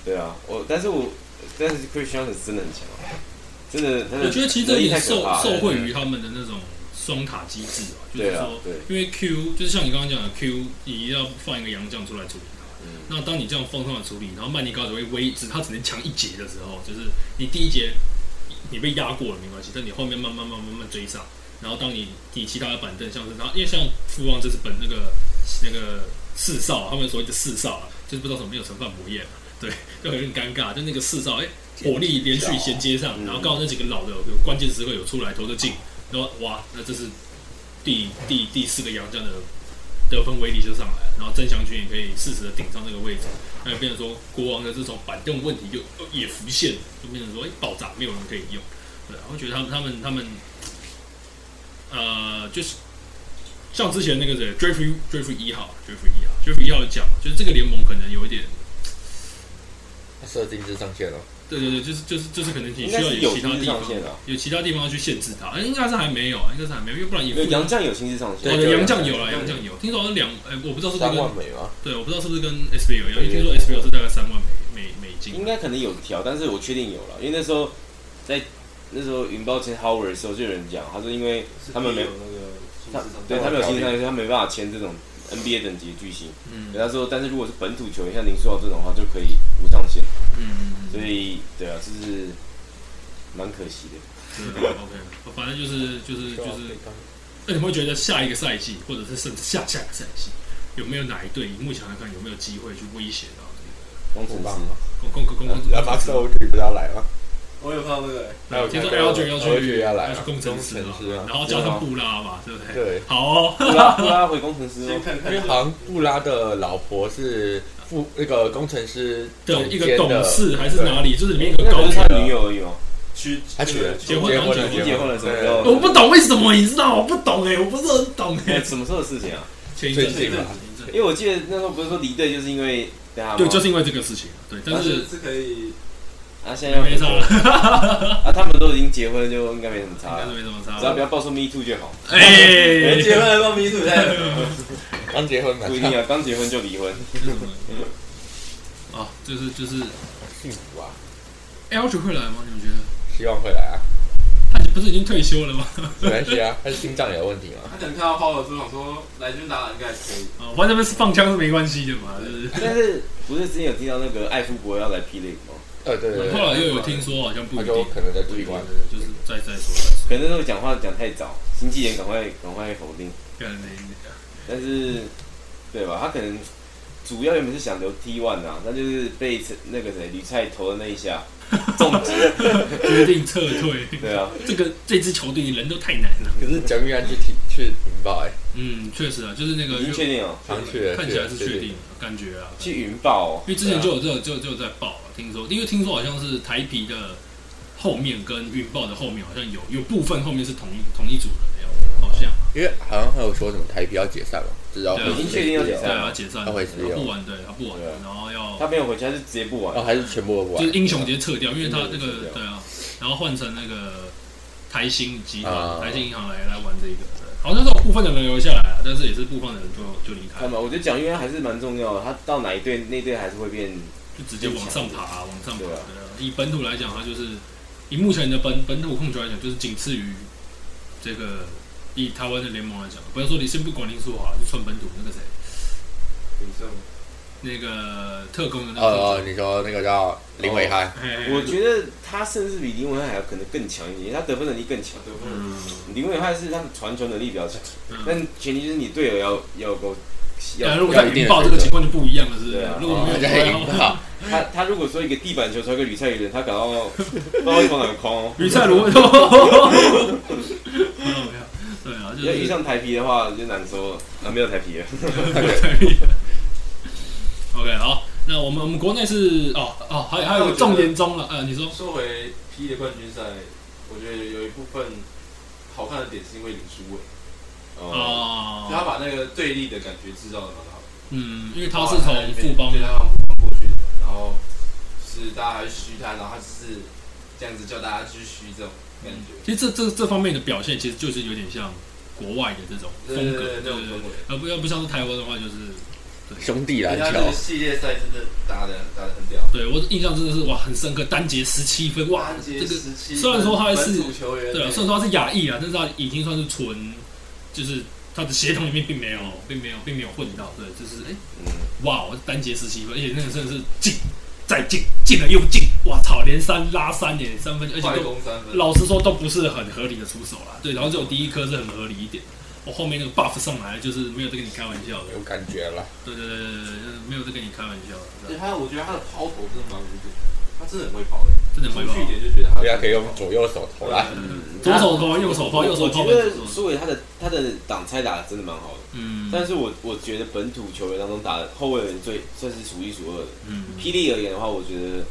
Speaker 2: 对啊，我但是我但是 Chris Johnson 真的很强啊，真的，真的
Speaker 3: 我觉得其实这也
Speaker 2: 太
Speaker 3: 受
Speaker 2: 可怕了
Speaker 3: 受惠于他们的那种双塔机制啊，就是
Speaker 2: 对啊
Speaker 3: 说，
Speaker 2: 对
Speaker 3: 因为 Q 就是像你刚刚讲的 Q，你要放一个洋将出来处理它。那当你这样放上来处理，然后曼尼高只会微，只他只能强一节的时候，就是你第一节你被压过了没关系，但你后面慢慢慢慢慢慢追上，然后当你你其他的板凳像是，然后因为像富邦这是本那个那个四少啊，他们所谓的四少啊，就是不知道怎么没有成范博彦嘛，对，就有点尴尬，就那个四少哎、火力连续衔接上，然后刚好那几个老的有关键时刻有出来投的进，然后哇，那这是第第第四个洋将的得分威力就上来了，然后郑祥军也可以适时的顶上这个位置，那就变成说国王的这种板凳问题就呃也浮现了，就变成说哎、爆炸，没有人可以用，对，我觉得他们他们他们呃就是。像之前那个谁，Jeffrey Jeffrey 一号，Jeffrey 一号，Jeffrey 一号讲，就是这个联盟可能有一点，
Speaker 1: 设定是上线了，
Speaker 3: 对对对，就是就是就是可能你
Speaker 2: 应
Speaker 3: 需
Speaker 2: 该
Speaker 3: 要
Speaker 2: 是
Speaker 3: 有
Speaker 2: 有
Speaker 3: 其他
Speaker 2: 薪资
Speaker 3: 地方
Speaker 2: 上限的啊，
Speaker 3: 有其他地方要去限制它，哎应该是还没有，应该是还没有，因为不然也
Speaker 2: 因为杨绛有薪资上限，
Speaker 3: 哦对
Speaker 1: 对
Speaker 3: 杨绛有了，杨绛有，听说好像两，哎，我不知道是不是
Speaker 1: 三
Speaker 3: 跟
Speaker 1: 万美吗？
Speaker 3: 对，我不知道是不是跟 SBL 一样，因为
Speaker 1: 对
Speaker 3: 听说 SBL 是大概三万美美美金
Speaker 2: 应，该可能有调，但是我确定有了，因为那时候在那时候云豹签 Howard 的时候，就有人讲，他说因为他们没
Speaker 5: 有那个薪
Speaker 2: 他
Speaker 5: 资上
Speaker 2: 对
Speaker 5: 限
Speaker 2: 他们有薪资上限，他没办法签这种 NBA 等级的巨星。
Speaker 3: 嗯
Speaker 2: 对他说，但是如果是本土球员，像林书豪这种的话，就可以无上限。
Speaker 3: 嗯，
Speaker 2: 所以对啊，就是蛮可惜的。
Speaker 3: 对啊 OK，反正就是就是
Speaker 4: 啊
Speaker 3: 就是，那你会觉得下一个赛季，或者是甚至下下个赛季，有没有哪一队以目前来看有没有机会去威胁到
Speaker 2: 工程
Speaker 1: 很
Speaker 2: 师
Speaker 1: 棒啊！
Speaker 3: 这个公公公公？
Speaker 4: 那 Max OG 不是要来吗？
Speaker 5: 我有看到那个，
Speaker 1: 还有
Speaker 3: 听说
Speaker 1: 那个
Speaker 3: LJ 要
Speaker 4: LJ
Speaker 3: 去
Speaker 4: 要来
Speaker 3: 去工程师
Speaker 1: 工
Speaker 3: 了
Speaker 1: 程师啊，
Speaker 3: 然后加上布拉嘛，对不对？
Speaker 4: 对，
Speaker 3: 好哦，
Speaker 2: 布拉布拉回工程师
Speaker 5: 先
Speaker 2: 哦，
Speaker 5: 看
Speaker 4: 因
Speaker 5: 看
Speaker 4: 为好像布拉的老婆是副那个工程师
Speaker 3: 的
Speaker 4: 总
Speaker 3: 一
Speaker 4: 监
Speaker 3: 个
Speaker 4: 的
Speaker 3: 董事还是
Speaker 4: 对
Speaker 3: 哪里，就是里面有个
Speaker 2: 那
Speaker 3: 高
Speaker 2: 不是
Speaker 3: 层
Speaker 2: 他。女友而已吗？
Speaker 5: 去
Speaker 4: 他娶了
Speaker 3: 结婚
Speaker 4: 了
Speaker 3: 已
Speaker 2: 经结婚了什么
Speaker 4: 对
Speaker 2: 时候
Speaker 3: 我不懂为什么，你知道？我不懂哎、我不是很懂哎、
Speaker 2: 哎，什么时候的事情啊？
Speaker 3: 前一阵子，
Speaker 4: 最
Speaker 3: 前一
Speaker 4: 近吧
Speaker 3: 阵子
Speaker 2: 因为我记得那时候不是说离队，就是因为对啊，
Speaker 3: 对，就是因为这个事情，对，但是
Speaker 5: 是可以
Speaker 2: 啊，现在要
Speaker 3: 没
Speaker 2: 回
Speaker 3: 啥
Speaker 2: 国
Speaker 3: 了，应
Speaker 2: 啊，他们都已经结婚了，就应该没什么差
Speaker 3: 该是
Speaker 2: 了。
Speaker 3: 没什么差
Speaker 2: 只要不
Speaker 3: 了。
Speaker 2: 要爆出 Me Too 就好，
Speaker 3: 哎，
Speaker 5: 结婚还放迷途在，
Speaker 4: 刚结婚嘛
Speaker 2: 不，一定要刚结婚就离 婚。
Speaker 3: 这是什么啊，就是就是
Speaker 4: 幸福啊，
Speaker 3: L 九会来吗？你们觉得
Speaker 4: 希望会来啊，
Speaker 3: 他不是已经退休了吗？
Speaker 4: 没关系啊，他是心脏有问题嘛，
Speaker 5: 他可能看到 Howard 就想说来去打应该可以，
Speaker 3: 啊，反正不是放枪是没关系的嘛，就是。
Speaker 2: 但是不是之前有听到那个艾夫伯要来 P League 吗？
Speaker 4: 呃对对
Speaker 3: 后
Speaker 4: 对，
Speaker 3: 来又有听说，好像不
Speaker 4: 他
Speaker 3: 一
Speaker 4: 就
Speaker 3: 定，
Speaker 4: 可能在
Speaker 3: 不一
Speaker 4: 对
Speaker 3: 定
Speaker 4: 关，，
Speaker 3: 就是再再说再说。
Speaker 2: 可能那时候讲话讲太早，经纪人赶快赶快否定。
Speaker 3: 干了那
Speaker 2: 但是，对吧？他可能主要原本是想留 T one 啊，但就是被那个谁吕菜投的那一 下重击，
Speaker 3: 决定撤退，
Speaker 2: 对 啊，
Speaker 3: 这个这支球队人都太难了。
Speaker 4: 可是蒋玉安去踢去引爆哎，
Speaker 3: 嗯，确实啊，就是那个
Speaker 2: 已经确定哦，
Speaker 4: 常去了
Speaker 3: 看起来是确
Speaker 4: 确
Speaker 3: 定
Speaker 4: 定，
Speaker 3: 感觉啊，
Speaker 2: 去云豹、哦。
Speaker 3: 因为之前就有这个就就有在报啊，听说，因为听说好像是台皮的后面跟云豹的后面好像有有部分后面是同一同一组的样子，好像
Speaker 4: 因为好像还有说什么台皮要解散嘛，知道
Speaker 3: 对啊
Speaker 4: 会
Speaker 3: 已
Speaker 2: 经确定要解
Speaker 3: 对
Speaker 2: 散
Speaker 3: 啊，要解散，
Speaker 4: 他
Speaker 3: 他
Speaker 4: 会是有
Speaker 3: 不玩，对他不玩
Speaker 2: 对啊，
Speaker 3: 然后要
Speaker 2: 他没有回去，他就直接不玩。
Speaker 4: 哦还是全部都不玩
Speaker 3: 就是英雄直接撤掉，因为他那
Speaker 2: 英雄直接
Speaker 3: 个
Speaker 2: 撤掉
Speaker 3: 对啊，然后换成那个台新集团、
Speaker 4: 啊
Speaker 3: 台新银行来来玩这个，对好像是有部分的人留下来啊了，但是也是部分的人就就离开
Speaker 2: 看，吧，我觉得蒋玉安还是蛮重要的，他到哪一队，那队还是会变。
Speaker 3: 就直接往上爬、往上爬。
Speaker 2: 对啊
Speaker 3: 对啊以本土来讲，它就是以目前的本本土控球来讲，就是仅次于这个以台湾的联盟来讲，不要说你先不管林书豪，就算本土那个谁，
Speaker 5: 挺正。
Speaker 3: 那个特工的那
Speaker 4: 呃
Speaker 3: 个
Speaker 4: 呃，你说那个叫林伟汉，
Speaker 3: 嘿，嘿嘿
Speaker 2: 我觉得他甚至比林文翰还要可能更强一点，他得分能力更强。
Speaker 5: 得分
Speaker 3: 嗯
Speaker 2: 林文翰是他的传球能力比较强，但
Speaker 3: 嗯，
Speaker 2: 前提就是你队友要要够。
Speaker 3: 但
Speaker 2: 要
Speaker 3: 啊如果在
Speaker 4: 要一定
Speaker 3: 引
Speaker 4: 的
Speaker 3: 爆这
Speaker 4: 水
Speaker 3: 个
Speaker 4: 准
Speaker 3: 情况就不一样了，是不是
Speaker 2: 对啊？
Speaker 3: 如果没 有
Speaker 4: 人家引
Speaker 3: 的话
Speaker 4: 爆，
Speaker 2: 他他如果说一个地板球传给吕菜人，他感到 不知道会从哪个空哦。
Speaker 3: 吕赛罗，没有没有 对啊，就
Speaker 2: 要遇
Speaker 3: 是
Speaker 2: 上台皮的话，就难说了啊，没有台皮了。
Speaker 3: OK，好，那我们我们国内是哦哦，还有还有重年中了，呃，你说
Speaker 5: 说回 P 的冠军赛，我觉得有一部分好看的点是因为林书伟，
Speaker 2: 哦，
Speaker 5: 就他
Speaker 3: 哦，
Speaker 5: 把那个对立的感觉制造的蛮好。
Speaker 3: 嗯，因为他是从富邦
Speaker 5: 对，他从富邦过去的，然后就是大家还虚他，然后他就是这样子叫大家去虚这种感觉。
Speaker 3: 其实这这这方面的表现，其实就是有点像国外的这种
Speaker 5: 对
Speaker 3: 风
Speaker 5: 对
Speaker 3: 格，
Speaker 5: 对，那
Speaker 3: 对呃
Speaker 5: 种氛
Speaker 3: 对。
Speaker 5: 围。
Speaker 3: 而不要不像是台湾的话，就是
Speaker 7: 兄弟篮
Speaker 6: 人家这
Speaker 7: 球
Speaker 6: 个，系列赛真的打的打的很屌，
Speaker 3: 对我印象真的是哇很深刻，单节十七分，哇
Speaker 6: 单节
Speaker 3: 这个
Speaker 6: 十七分，
Speaker 3: 虽然说他是
Speaker 6: 本土球员，
Speaker 3: 对啊，虽然说他是亚裔啊，但是他已经算是纯，就是他的血统里面并没有，并没有，并没有混到，对，就是哎、
Speaker 2: 嗯，
Speaker 3: 哇，我单节十七分，而且那个真的是进再进，进了又进，哇操，连三拉三耶，三分，而且
Speaker 6: 快
Speaker 3: 都
Speaker 6: 攻三分，
Speaker 3: 老实说都不是很合理的出手啦，对，然后只有第一颗是很合理一点，我后面那个 buff 上来就是没有在跟你开玩笑的，
Speaker 4: 有感觉了。
Speaker 3: 对对对对对，就是没有在跟你开玩笑的，
Speaker 6: 对，
Speaker 3: 对
Speaker 6: 他我觉得他的抛投真的蛮无敌，他真的很会抛的，
Speaker 3: 真的很会
Speaker 6: 从去
Speaker 3: 跑。
Speaker 6: 年就觉得他
Speaker 4: 大家可以用左右手投篮，
Speaker 2: 嗯
Speaker 3: 左手抛，右手抛，哦右手
Speaker 2: 我
Speaker 3: 抛
Speaker 2: 觉，
Speaker 3: 左
Speaker 2: 得
Speaker 3: 手抛
Speaker 2: 苏伟他的他的挡拆打的真的蛮好的，
Speaker 3: 嗯，
Speaker 2: 但是我我觉得本土球员当中打后卫的人最算是数一数二的。
Speaker 3: 嗯，
Speaker 2: 霹雳而言的话，我觉得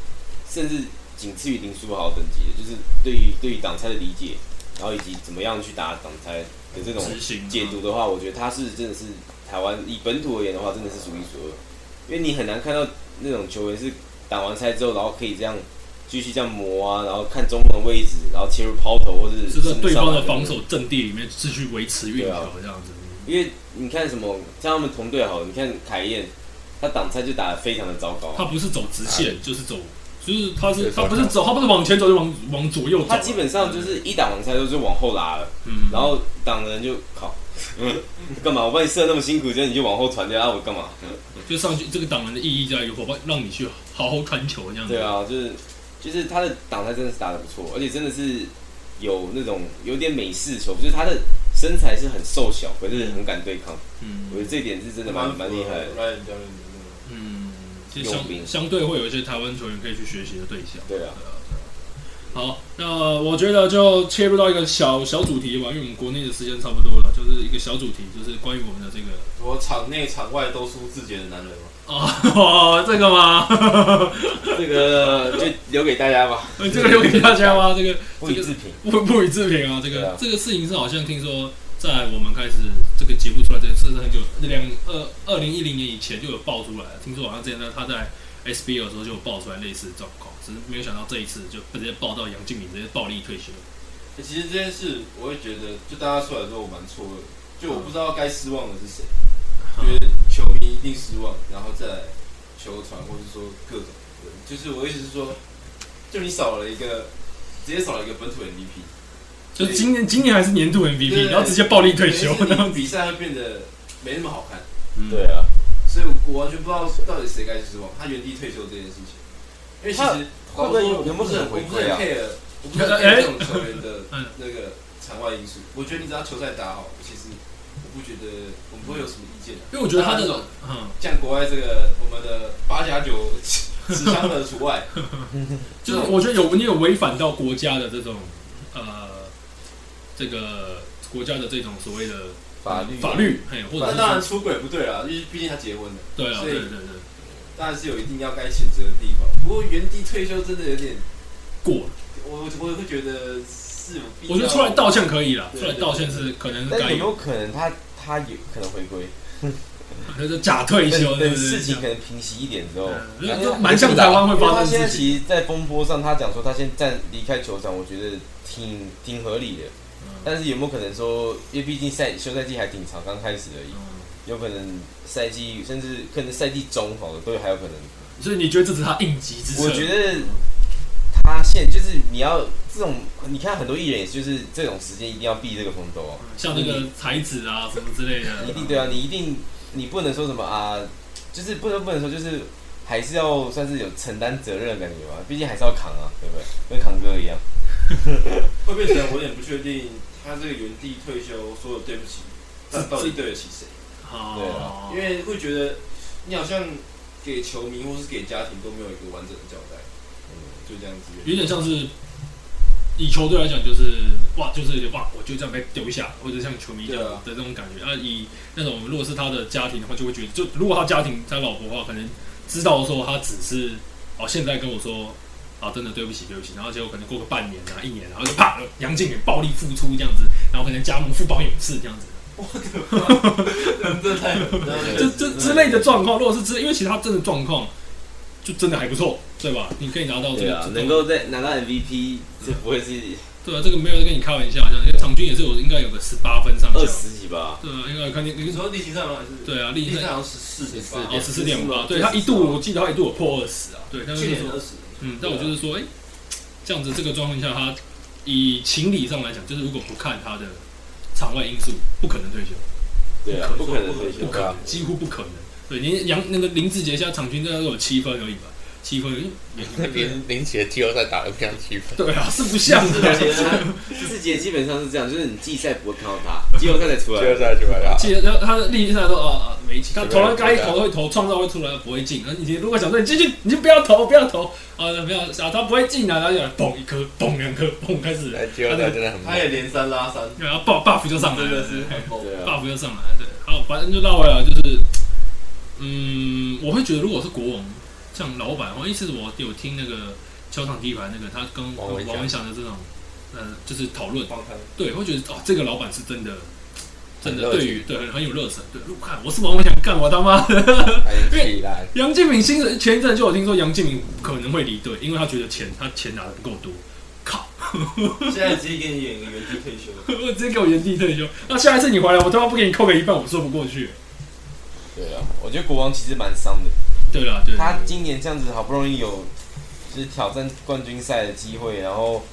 Speaker 2: 甚至仅次于林书豪等级的，就是对于对于挡拆的理解，然后以及怎么样去打挡拆的这种
Speaker 3: 执行啊
Speaker 2: 解读的话，我觉得他是真的是台湾以本土而言的话，真的是数一数二，因为你很难看到那种球员是打完拆之后，然后可以这样继续这样磨啊，然后看中锋的位置，然后切入抛投或者
Speaker 3: 是在对方的
Speaker 2: 甚至上篮
Speaker 3: 防守阵地里面是去维持运球这样子。
Speaker 2: 因为你看什么，像他们同队好了，你看凯燕，他挡拆就打得非常的糟糕，
Speaker 3: 他不是走直线，就是走，就是他
Speaker 4: 就是是
Speaker 3: 他不是走，他不是往前走，就往往左右走。
Speaker 2: 他
Speaker 3: 啊
Speaker 2: 基本上就是一打完拆就是往后拉了，
Speaker 3: 嗯，
Speaker 2: 然后挡的人就靠， 干嘛？我帮你射那么辛苦，结果你就往后传掉，啊我干嘛？
Speaker 3: 就上去这个挡人的意义在于伙伴让你去好好传球这样子。
Speaker 2: 对，啊，就是就是他的挡拆真的是打得不错，而且真的是有那种有点美式球，就是他的身材是很瘦小，可是很敢对抗，我觉
Speaker 3: 嗯
Speaker 2: 得这一点是真的蛮蛮厉害的。
Speaker 6: ，Ryan 教练的那种
Speaker 3: 嗯，其实
Speaker 2: 有
Speaker 3: 相
Speaker 2: 名
Speaker 3: 相对会有一些台湾球员可以去学习的对象。
Speaker 2: 对啊
Speaker 3: 对啊。对啊好，那我觉得就切入到一个小小主题吧，因为我们国内的时间差不多了，就是一个小主题，就是关于我们的这个
Speaker 6: 我场内场外都输自己的男人嘛，
Speaker 3: 哦， 这个吗？
Speaker 2: 这个就留给大家 吧，
Speaker 3: 这个留给大家吗？这个
Speaker 2: 不
Speaker 3: 这
Speaker 2: 予
Speaker 3: 个
Speaker 2: 置评。
Speaker 3: 不不予置评啊，这
Speaker 2: 对
Speaker 3: 个、
Speaker 2: 啊
Speaker 3: 这个事情是好像听说，在我们开始这个节目出来之前，是很久，两二二零一零年以前就有爆出来，听说好像之前呢他在 SBL 的时候就有爆出来类似的状况，只是没有想到这一次就直接爆到杨敬敏直接暴力退休。
Speaker 6: 欸其实这件事我会觉得，就大家出来之后我蛮错愕的，就我不知道该失望的是谁，觉得球迷一定失望，然后再来球团或是说各种人，就是我意思是说，就你少了一个，直接少了一个本土 MVP。
Speaker 3: 就今年今年还是年度
Speaker 6: 对
Speaker 3: MVP，然后直接暴力退休，
Speaker 6: 等于
Speaker 3: 然
Speaker 6: 是
Speaker 3: 后
Speaker 6: 你比赛会变得没那么好看，
Speaker 3: 嗯
Speaker 2: 对啊，
Speaker 6: 所以我完全不知道到底谁该失望。他原地退休这件事情，因为其实
Speaker 2: 他会不
Speaker 6: 老实说
Speaker 2: 会有
Speaker 6: 我不是很
Speaker 2: 有没有什么
Speaker 6: 我不
Speaker 2: 回
Speaker 6: 是
Speaker 2: 馈
Speaker 6: 很
Speaker 2: 啊
Speaker 6: care，我不是很 care 这种球员的
Speaker 3: 嗯
Speaker 6: 那个场外因素。我觉得你只要球赛打好，其实我不觉得我们不会有什么意见的。
Speaker 3: 因为我觉得他
Speaker 6: 当
Speaker 3: 这
Speaker 6: 然这
Speaker 3: 种
Speaker 6: 种
Speaker 3: 嗯，
Speaker 6: 像国外这个我们的八加九纸箱的除 外，
Speaker 3: 就是我觉得有你有违反到国家的这种呃这个国家的这种所谓的
Speaker 2: 法律
Speaker 3: 法律，嘿，或者
Speaker 6: 那
Speaker 3: 是
Speaker 6: 当然
Speaker 3: 说
Speaker 6: 出轨不对啦，因为毕竟他结婚了，
Speaker 3: 对啊，
Speaker 6: 所
Speaker 3: 对
Speaker 6: 以
Speaker 3: 对对，
Speaker 6: 当然是有一定要该谴责的地方。不过原地退休真的有点。
Speaker 3: 过了。
Speaker 6: 我我会觉得是有必要。
Speaker 3: 我觉得出来道歉可以啦，
Speaker 6: 对
Speaker 3: 出来道歉是可能是
Speaker 2: 但
Speaker 3: 该
Speaker 2: 有没
Speaker 3: 有，
Speaker 2: 有可能他他有可能回归？
Speaker 3: 就是假退休，
Speaker 2: 等
Speaker 3: 对
Speaker 2: 等
Speaker 3: 不对？
Speaker 2: 事情可能平息一点之后，
Speaker 3: 对
Speaker 2: 因
Speaker 3: 就
Speaker 2: 为
Speaker 3: 就
Speaker 2: 他
Speaker 3: 蛮像台湾会
Speaker 2: 因为
Speaker 3: 发
Speaker 2: 他现
Speaker 3: 生的
Speaker 2: 在
Speaker 3: 事情。
Speaker 2: 其实，在风波上，他讲说他现在离开球场，我觉得挺挺合理的。
Speaker 3: 嗯
Speaker 2: 但是有没有可能说，因为毕竟赛休赛季还挺长，刚开始而已，
Speaker 3: 嗯
Speaker 2: 有可能赛季甚至可能赛季中好了都还有可能。
Speaker 3: 所以你觉得这是他应急之策？
Speaker 2: 我觉得他现就是你要这种，你看很多艺人也是就是这种时间一定要避这个风头哦。
Speaker 3: 像那个才子啊什么之类的，
Speaker 2: 一定对啊，你一定你不能说什么啊，就是不能不能说就是还是要算是有承担责任的感觉吧，毕竟还是要扛啊，对不对？跟扛哥一样，
Speaker 6: 会变成我有点不确定，他这个原地退休说的对不起，但到底对得起谁？
Speaker 2: 对啊
Speaker 3: 好，
Speaker 6: 因为会觉得你好像给球迷或是给家庭都没有一个完整的交代，
Speaker 2: 嗯，
Speaker 6: 就这样子。
Speaker 3: 有点像是以球队来讲，就是哇，就是哇，我就这样被丢下，或者像球迷这样
Speaker 6: 对啊
Speaker 3: 的这种感觉。啊，以那种如果是他的家庭的话，就会觉得，就如果他家庭他老婆的话，可能知道说他只是哦，现在跟我说。啊，真的对不起，对不起。然后结果可能过个半年啊，一年，然后就啪，杨靖远暴力复出这样子，然后可能加盟富邦勇士这样子，
Speaker 6: 这太狠了
Speaker 3: 这这之类的状况。如果是之，因为其实他真的状况就真的还不错，对吧？你可以拿到这
Speaker 2: 对
Speaker 3: 个嗯
Speaker 2: 啊
Speaker 3: 这，种，
Speaker 2: 能够在拿到 MVP，这不会是
Speaker 3: 对啊，这个没有在跟你开玩笑，这样，因为场均也是有应该有个十八分上下
Speaker 2: 二，十几 吧，
Speaker 3: 对啊，应该看你
Speaker 5: 你
Speaker 3: 你说
Speaker 5: 说例行上吗？还是
Speaker 3: 对啊，
Speaker 5: 例
Speaker 3: 力
Speaker 5: 行上
Speaker 3: 在
Speaker 5: 好像十四点八，
Speaker 3: 哦十四啊点五吧，
Speaker 2: 吧
Speaker 3: 对他一度我记得他一度有破二十啊，对，但是
Speaker 5: 去
Speaker 3: 就是
Speaker 5: 年二
Speaker 3: 说
Speaker 5: 十，
Speaker 3: 嗯，但我就是说，哎、这样子这个状况下，他以情理上来讲，就是如果不看他的场外因素，不可能退休，
Speaker 2: 对啊，
Speaker 3: 不
Speaker 2: 不
Speaker 3: 可
Speaker 2: 可能退休
Speaker 3: 不可
Speaker 4: 对啊
Speaker 3: 能，几乎不可能。对，你杨那个林志杰现在场均大概都有七分而已吧，七分而已，
Speaker 4: 那边林奇的季后赛打得非常气愤，
Speaker 3: 对啊，是不像
Speaker 2: 四
Speaker 3: 的。
Speaker 2: 节啊，四节基本上是这样，就是你季赛不会看到他，季后赛才出来。
Speaker 4: 啊
Speaker 3: 啊
Speaker 4: 季后赛就来了。
Speaker 3: 记得然后他的历史上都哦哦没进，他投了
Speaker 4: 对啊
Speaker 3: 该
Speaker 4: 对啊
Speaker 3: 投会投，创造会出来不会进。然后你如果想说你进去，你就不要投，不要投啊，不要啊，他不会进啊，然后就嘣一颗，嘣两颗，嘣开始，
Speaker 4: 那季后赛真的很猛
Speaker 5: 他，也连三拉三，
Speaker 3: 然后 buff buff 就上来了，
Speaker 5: 真的是很猛。
Speaker 2: 对啊，
Speaker 3: buff 又上来，对，好，反正就绕回来了，就是，嗯，我会觉得如果是国王像老板，我一直我有听那个球场第一排那个，他跟
Speaker 4: 王文祥
Speaker 3: 王文祥的这种，呃，就是讨论，
Speaker 5: 放开，
Speaker 3: 对，会觉得哦，这个老板是真的，真的
Speaker 4: 很热情
Speaker 3: 对于对很很有热忱，对，如果看我是王文祥，干我他妈的，
Speaker 4: 很起来。
Speaker 3: 杨敬敏新人前一阵就有听说杨敬敏可能会离队，因为他觉得钱他钱拿的不够多，靠。
Speaker 5: 现在直接给你演一个原地退休，
Speaker 3: 我直接给我原地退休，那下一次你回来，我他妈不给你扣个一半，我说不过去。
Speaker 2: 对啊，我觉得国王其实蛮伤的，
Speaker 3: 对啦，对啦，
Speaker 2: 他今年这样子好不容易有就是挑战冠军赛的机会，然后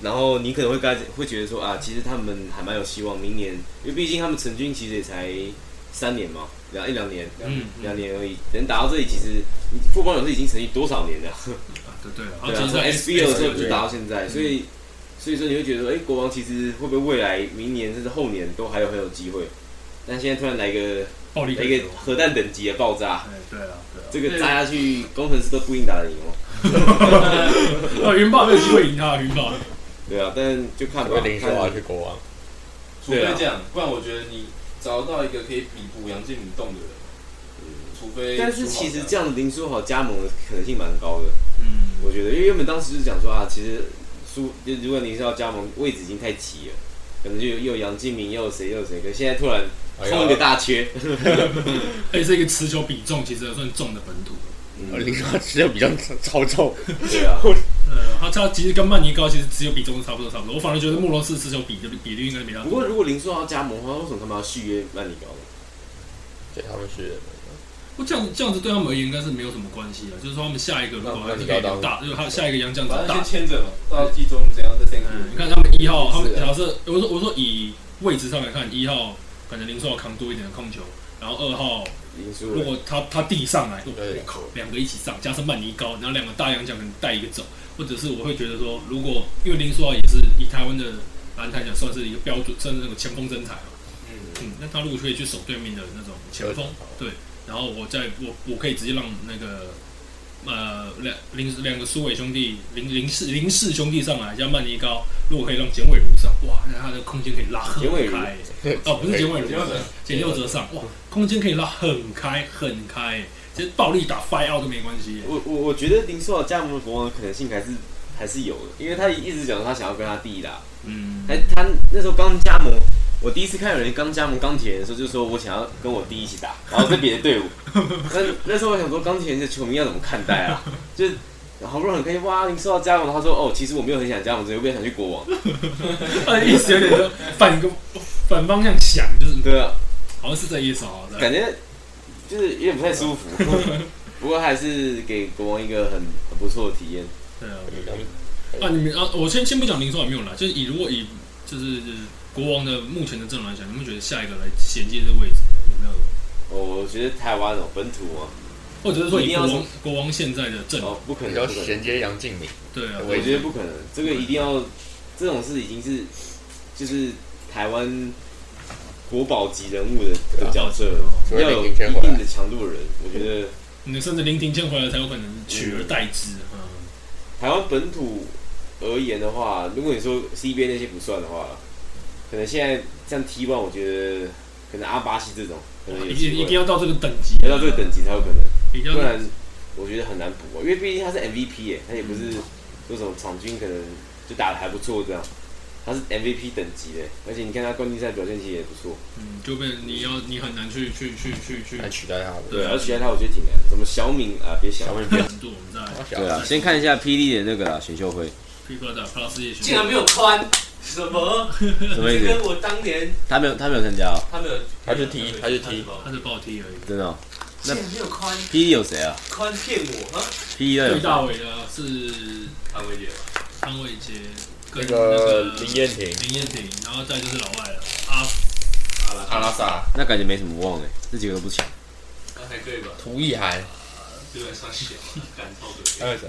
Speaker 2: 然后你可能会跟他会觉得说啊，其实他们还蛮有希望，明年因为毕竟他们成军其实也才三年嘛，两一两年，
Speaker 3: 嗯嗯
Speaker 2: 两年而已，能打到这里，其实富邦勇士已经成立多少年了？
Speaker 3: 啊对对了，
Speaker 2: 对
Speaker 3: 然
Speaker 2: 啊，
Speaker 3: 后
Speaker 2: 从
Speaker 3: 其
Speaker 2: SBL 的时候就
Speaker 4: 对
Speaker 2: 打到现在，所以所以说你会觉得，哎、国王其实会不会未来明年甚至后年都还有很有机会？但现在突然来一个
Speaker 3: 暴力
Speaker 2: 来
Speaker 3: 对
Speaker 2: 一个核弹等级的爆炸，
Speaker 3: 哎对了对
Speaker 2: 这个炸下去，工程师都不一定打得赢哦。
Speaker 3: 了，啊 云豹没有机会赢他，云豹
Speaker 2: 对啊，但就看
Speaker 4: 我会
Speaker 2: 吧，
Speaker 4: 啊林说我要
Speaker 2: 看
Speaker 4: 去国王，
Speaker 5: 除非这样，不然我觉得你找到一个可以弥补杨敬敏动的人，
Speaker 3: 啊
Speaker 5: 除非
Speaker 2: 但是其
Speaker 6: 啊
Speaker 2: 实这
Speaker 5: 样，
Speaker 2: 样林书豪加盟的可能性蛮高的，
Speaker 3: 嗯，
Speaker 2: 我觉得，因为原本当时就是讲说啊，其实苏就如果你是要加盟，位置已经太齐了，可能就又有杨敬明，又有谁又有谁，可现在突然
Speaker 4: 哎
Speaker 2: 空一个大 缺，
Speaker 3: 而且哎这个持球比重其实还算重的本土，
Speaker 4: 呃
Speaker 2: 嗯，
Speaker 4: 林说吃的比较超重，
Speaker 2: 对啊，
Speaker 3: 呃，他他其实跟曼尼高其实持球比重差不多差不多，我反而觉得莫罗斯持球比的比率应该比他
Speaker 2: 不
Speaker 3: 多。
Speaker 2: 过如果林书豪加盟的话，为什么他们要续约曼尼高呢？
Speaker 4: 对他们是
Speaker 3: 不这样这样子对他们而言应该是没有什么关系的，就是说他们下一个如果还是可以
Speaker 4: 那你
Speaker 3: 打，就是他下一个
Speaker 2: 嗯
Speaker 3: 洋将子
Speaker 5: 反正
Speaker 3: 打
Speaker 5: 先，签着嘛，到季中怎样再 thank
Speaker 3: 嗯，你
Speaker 5: you。
Speaker 3: 看他们一号，他们
Speaker 2: 是啊
Speaker 3: 假设我说我说以位置上来看，一号可能林书豪扛多一点的控球，然后二号
Speaker 2: 林书
Speaker 3: 如
Speaker 2: 豪，
Speaker 3: 果他他递上来，
Speaker 4: 对
Speaker 3: 我靠，两个一起上，加上曼尼高，然后两个大洋奖可能带一个走，或者是我会觉得说，如果因为林书豪也是以台湾的篮坛讲算是一个标准，甚至那个前锋身材嘛，
Speaker 5: 嗯，
Speaker 3: 嗯，那他如果可以去守对面的那种前锋，对，然后我再我我可以直接让那个呃两林两个苏伟兄弟林林氏林氏兄弟上来加曼尼高，如果可以让简伟如上，哇，那他的空间可以拉很
Speaker 2: 简伟如
Speaker 3: 开，哦，不是
Speaker 2: 哎
Speaker 3: 简伟如，
Speaker 5: 结果呢
Speaker 3: 简六折上，哇，空间可以拉很开很开，其实暴力打 five out 都没关系。
Speaker 2: 我我我觉得林书豪加盟国王的可能性还是还是有的，因为他一直讲他想要跟他弟打，
Speaker 3: 嗯，
Speaker 2: 他他那时候刚加盟，我第一次看有人刚加盟钢铁人的时候，就说我想要跟我弟一起打，然后是别的 队伍。那那时候我想说，钢铁人的球迷要怎么看待啊？就是好不容易很开心，哇，林书豪加盟，他说哦，其实我没有很想加盟，只是我比较想去国王。
Speaker 3: 他的意思有点说反个反方向想，就是
Speaker 2: 对啊，
Speaker 3: 好像是这意思哦。对
Speaker 2: 感觉就是有点不太舒 服。不过还是给国王一个很很不错的体验。
Speaker 3: 对啊，我觉得啊，你们啊，我先先不讲林书豪有没有来，就是以如果以就是国王的目前的阵容来讲，你们觉得下一个来衔接这个位置有没有？
Speaker 2: 哦，我觉得台湾哦，本土哦，
Speaker 3: 或者是说
Speaker 2: 一
Speaker 3: 以
Speaker 2: 定要
Speaker 3: 国王国王现在的阵容，
Speaker 2: 哦，不
Speaker 4: 比
Speaker 2: 可
Speaker 4: 较
Speaker 2: 能，不可能，
Speaker 4: 衔接杨敬敏，
Speaker 3: 对啊，
Speaker 2: 我觉得不可能，这个一定要，这种事已经是就是台湾国宝级人物的
Speaker 3: 啊
Speaker 2: 的角色了，
Speaker 4: 除
Speaker 2: 要
Speaker 4: 非
Speaker 2: 有
Speaker 4: 林
Speaker 2: 一
Speaker 4: 庭谦回
Speaker 2: 定
Speaker 4: 来
Speaker 2: 的，强度的人，我觉得
Speaker 3: 你甚至林庭谦回来才有可能取而代之。嗯，
Speaker 2: 台湾本土而言的话，如果你说 CBA 那些不算的话，可能现在像 T1，我觉得可能阿巴西这种可能有
Speaker 3: 一
Speaker 2: 机
Speaker 3: 定
Speaker 2: 会
Speaker 3: 啊一定要到这个等级，啊
Speaker 2: 要到这个等级才有可能。
Speaker 3: 一定
Speaker 2: 不
Speaker 3: 要
Speaker 2: 然我觉得很难补、啊，因为毕竟他是 MVP 耶、他也不是说什么场均可能就打的还不错这样，他是 MVP 等级的、而且你看他冠军赛表现其实也不错，
Speaker 3: 嗯，就被你要你很难去去去去去
Speaker 6: 哎
Speaker 4: 来取代他的。
Speaker 3: 对啊
Speaker 2: 而且他我觉得挺难的，什么小敏啊，别小
Speaker 4: 小，妹不要啊
Speaker 3: 度我们在
Speaker 4: 小妹，
Speaker 2: 看一下霹雳的那个啦选秀会，
Speaker 3: P Plus Plus 也
Speaker 6: 竟
Speaker 3: 选
Speaker 6: 然没有宽，什么？
Speaker 2: 什么意思？
Speaker 6: 这跟我当年
Speaker 2: 他没有，他没有参加哦，
Speaker 6: 他没有，
Speaker 4: 他是 T，他是 T
Speaker 3: 他是暴踢而已。
Speaker 2: 真的哦。
Speaker 6: 竟然没有宽，
Speaker 2: P D 有谁啊
Speaker 6: 宽骗我啊！
Speaker 2: ？P D 有
Speaker 3: 最
Speaker 2: 谁
Speaker 3: 大尾的是
Speaker 6: 安慰姐吧，
Speaker 3: 潘伟杰跟
Speaker 4: 那
Speaker 3: 那个
Speaker 4: 个林彦廷，
Speaker 3: 林彦廷，然后再就是老外了啊阿
Speaker 6: 好了，
Speaker 5: 阿拉萨，
Speaker 2: 那感觉没什么望哎，这几个都不强。
Speaker 6: 那还可以吧，
Speaker 4: 涂意涵，
Speaker 6: 对吧？上小， 感超可
Speaker 4: 还有谁？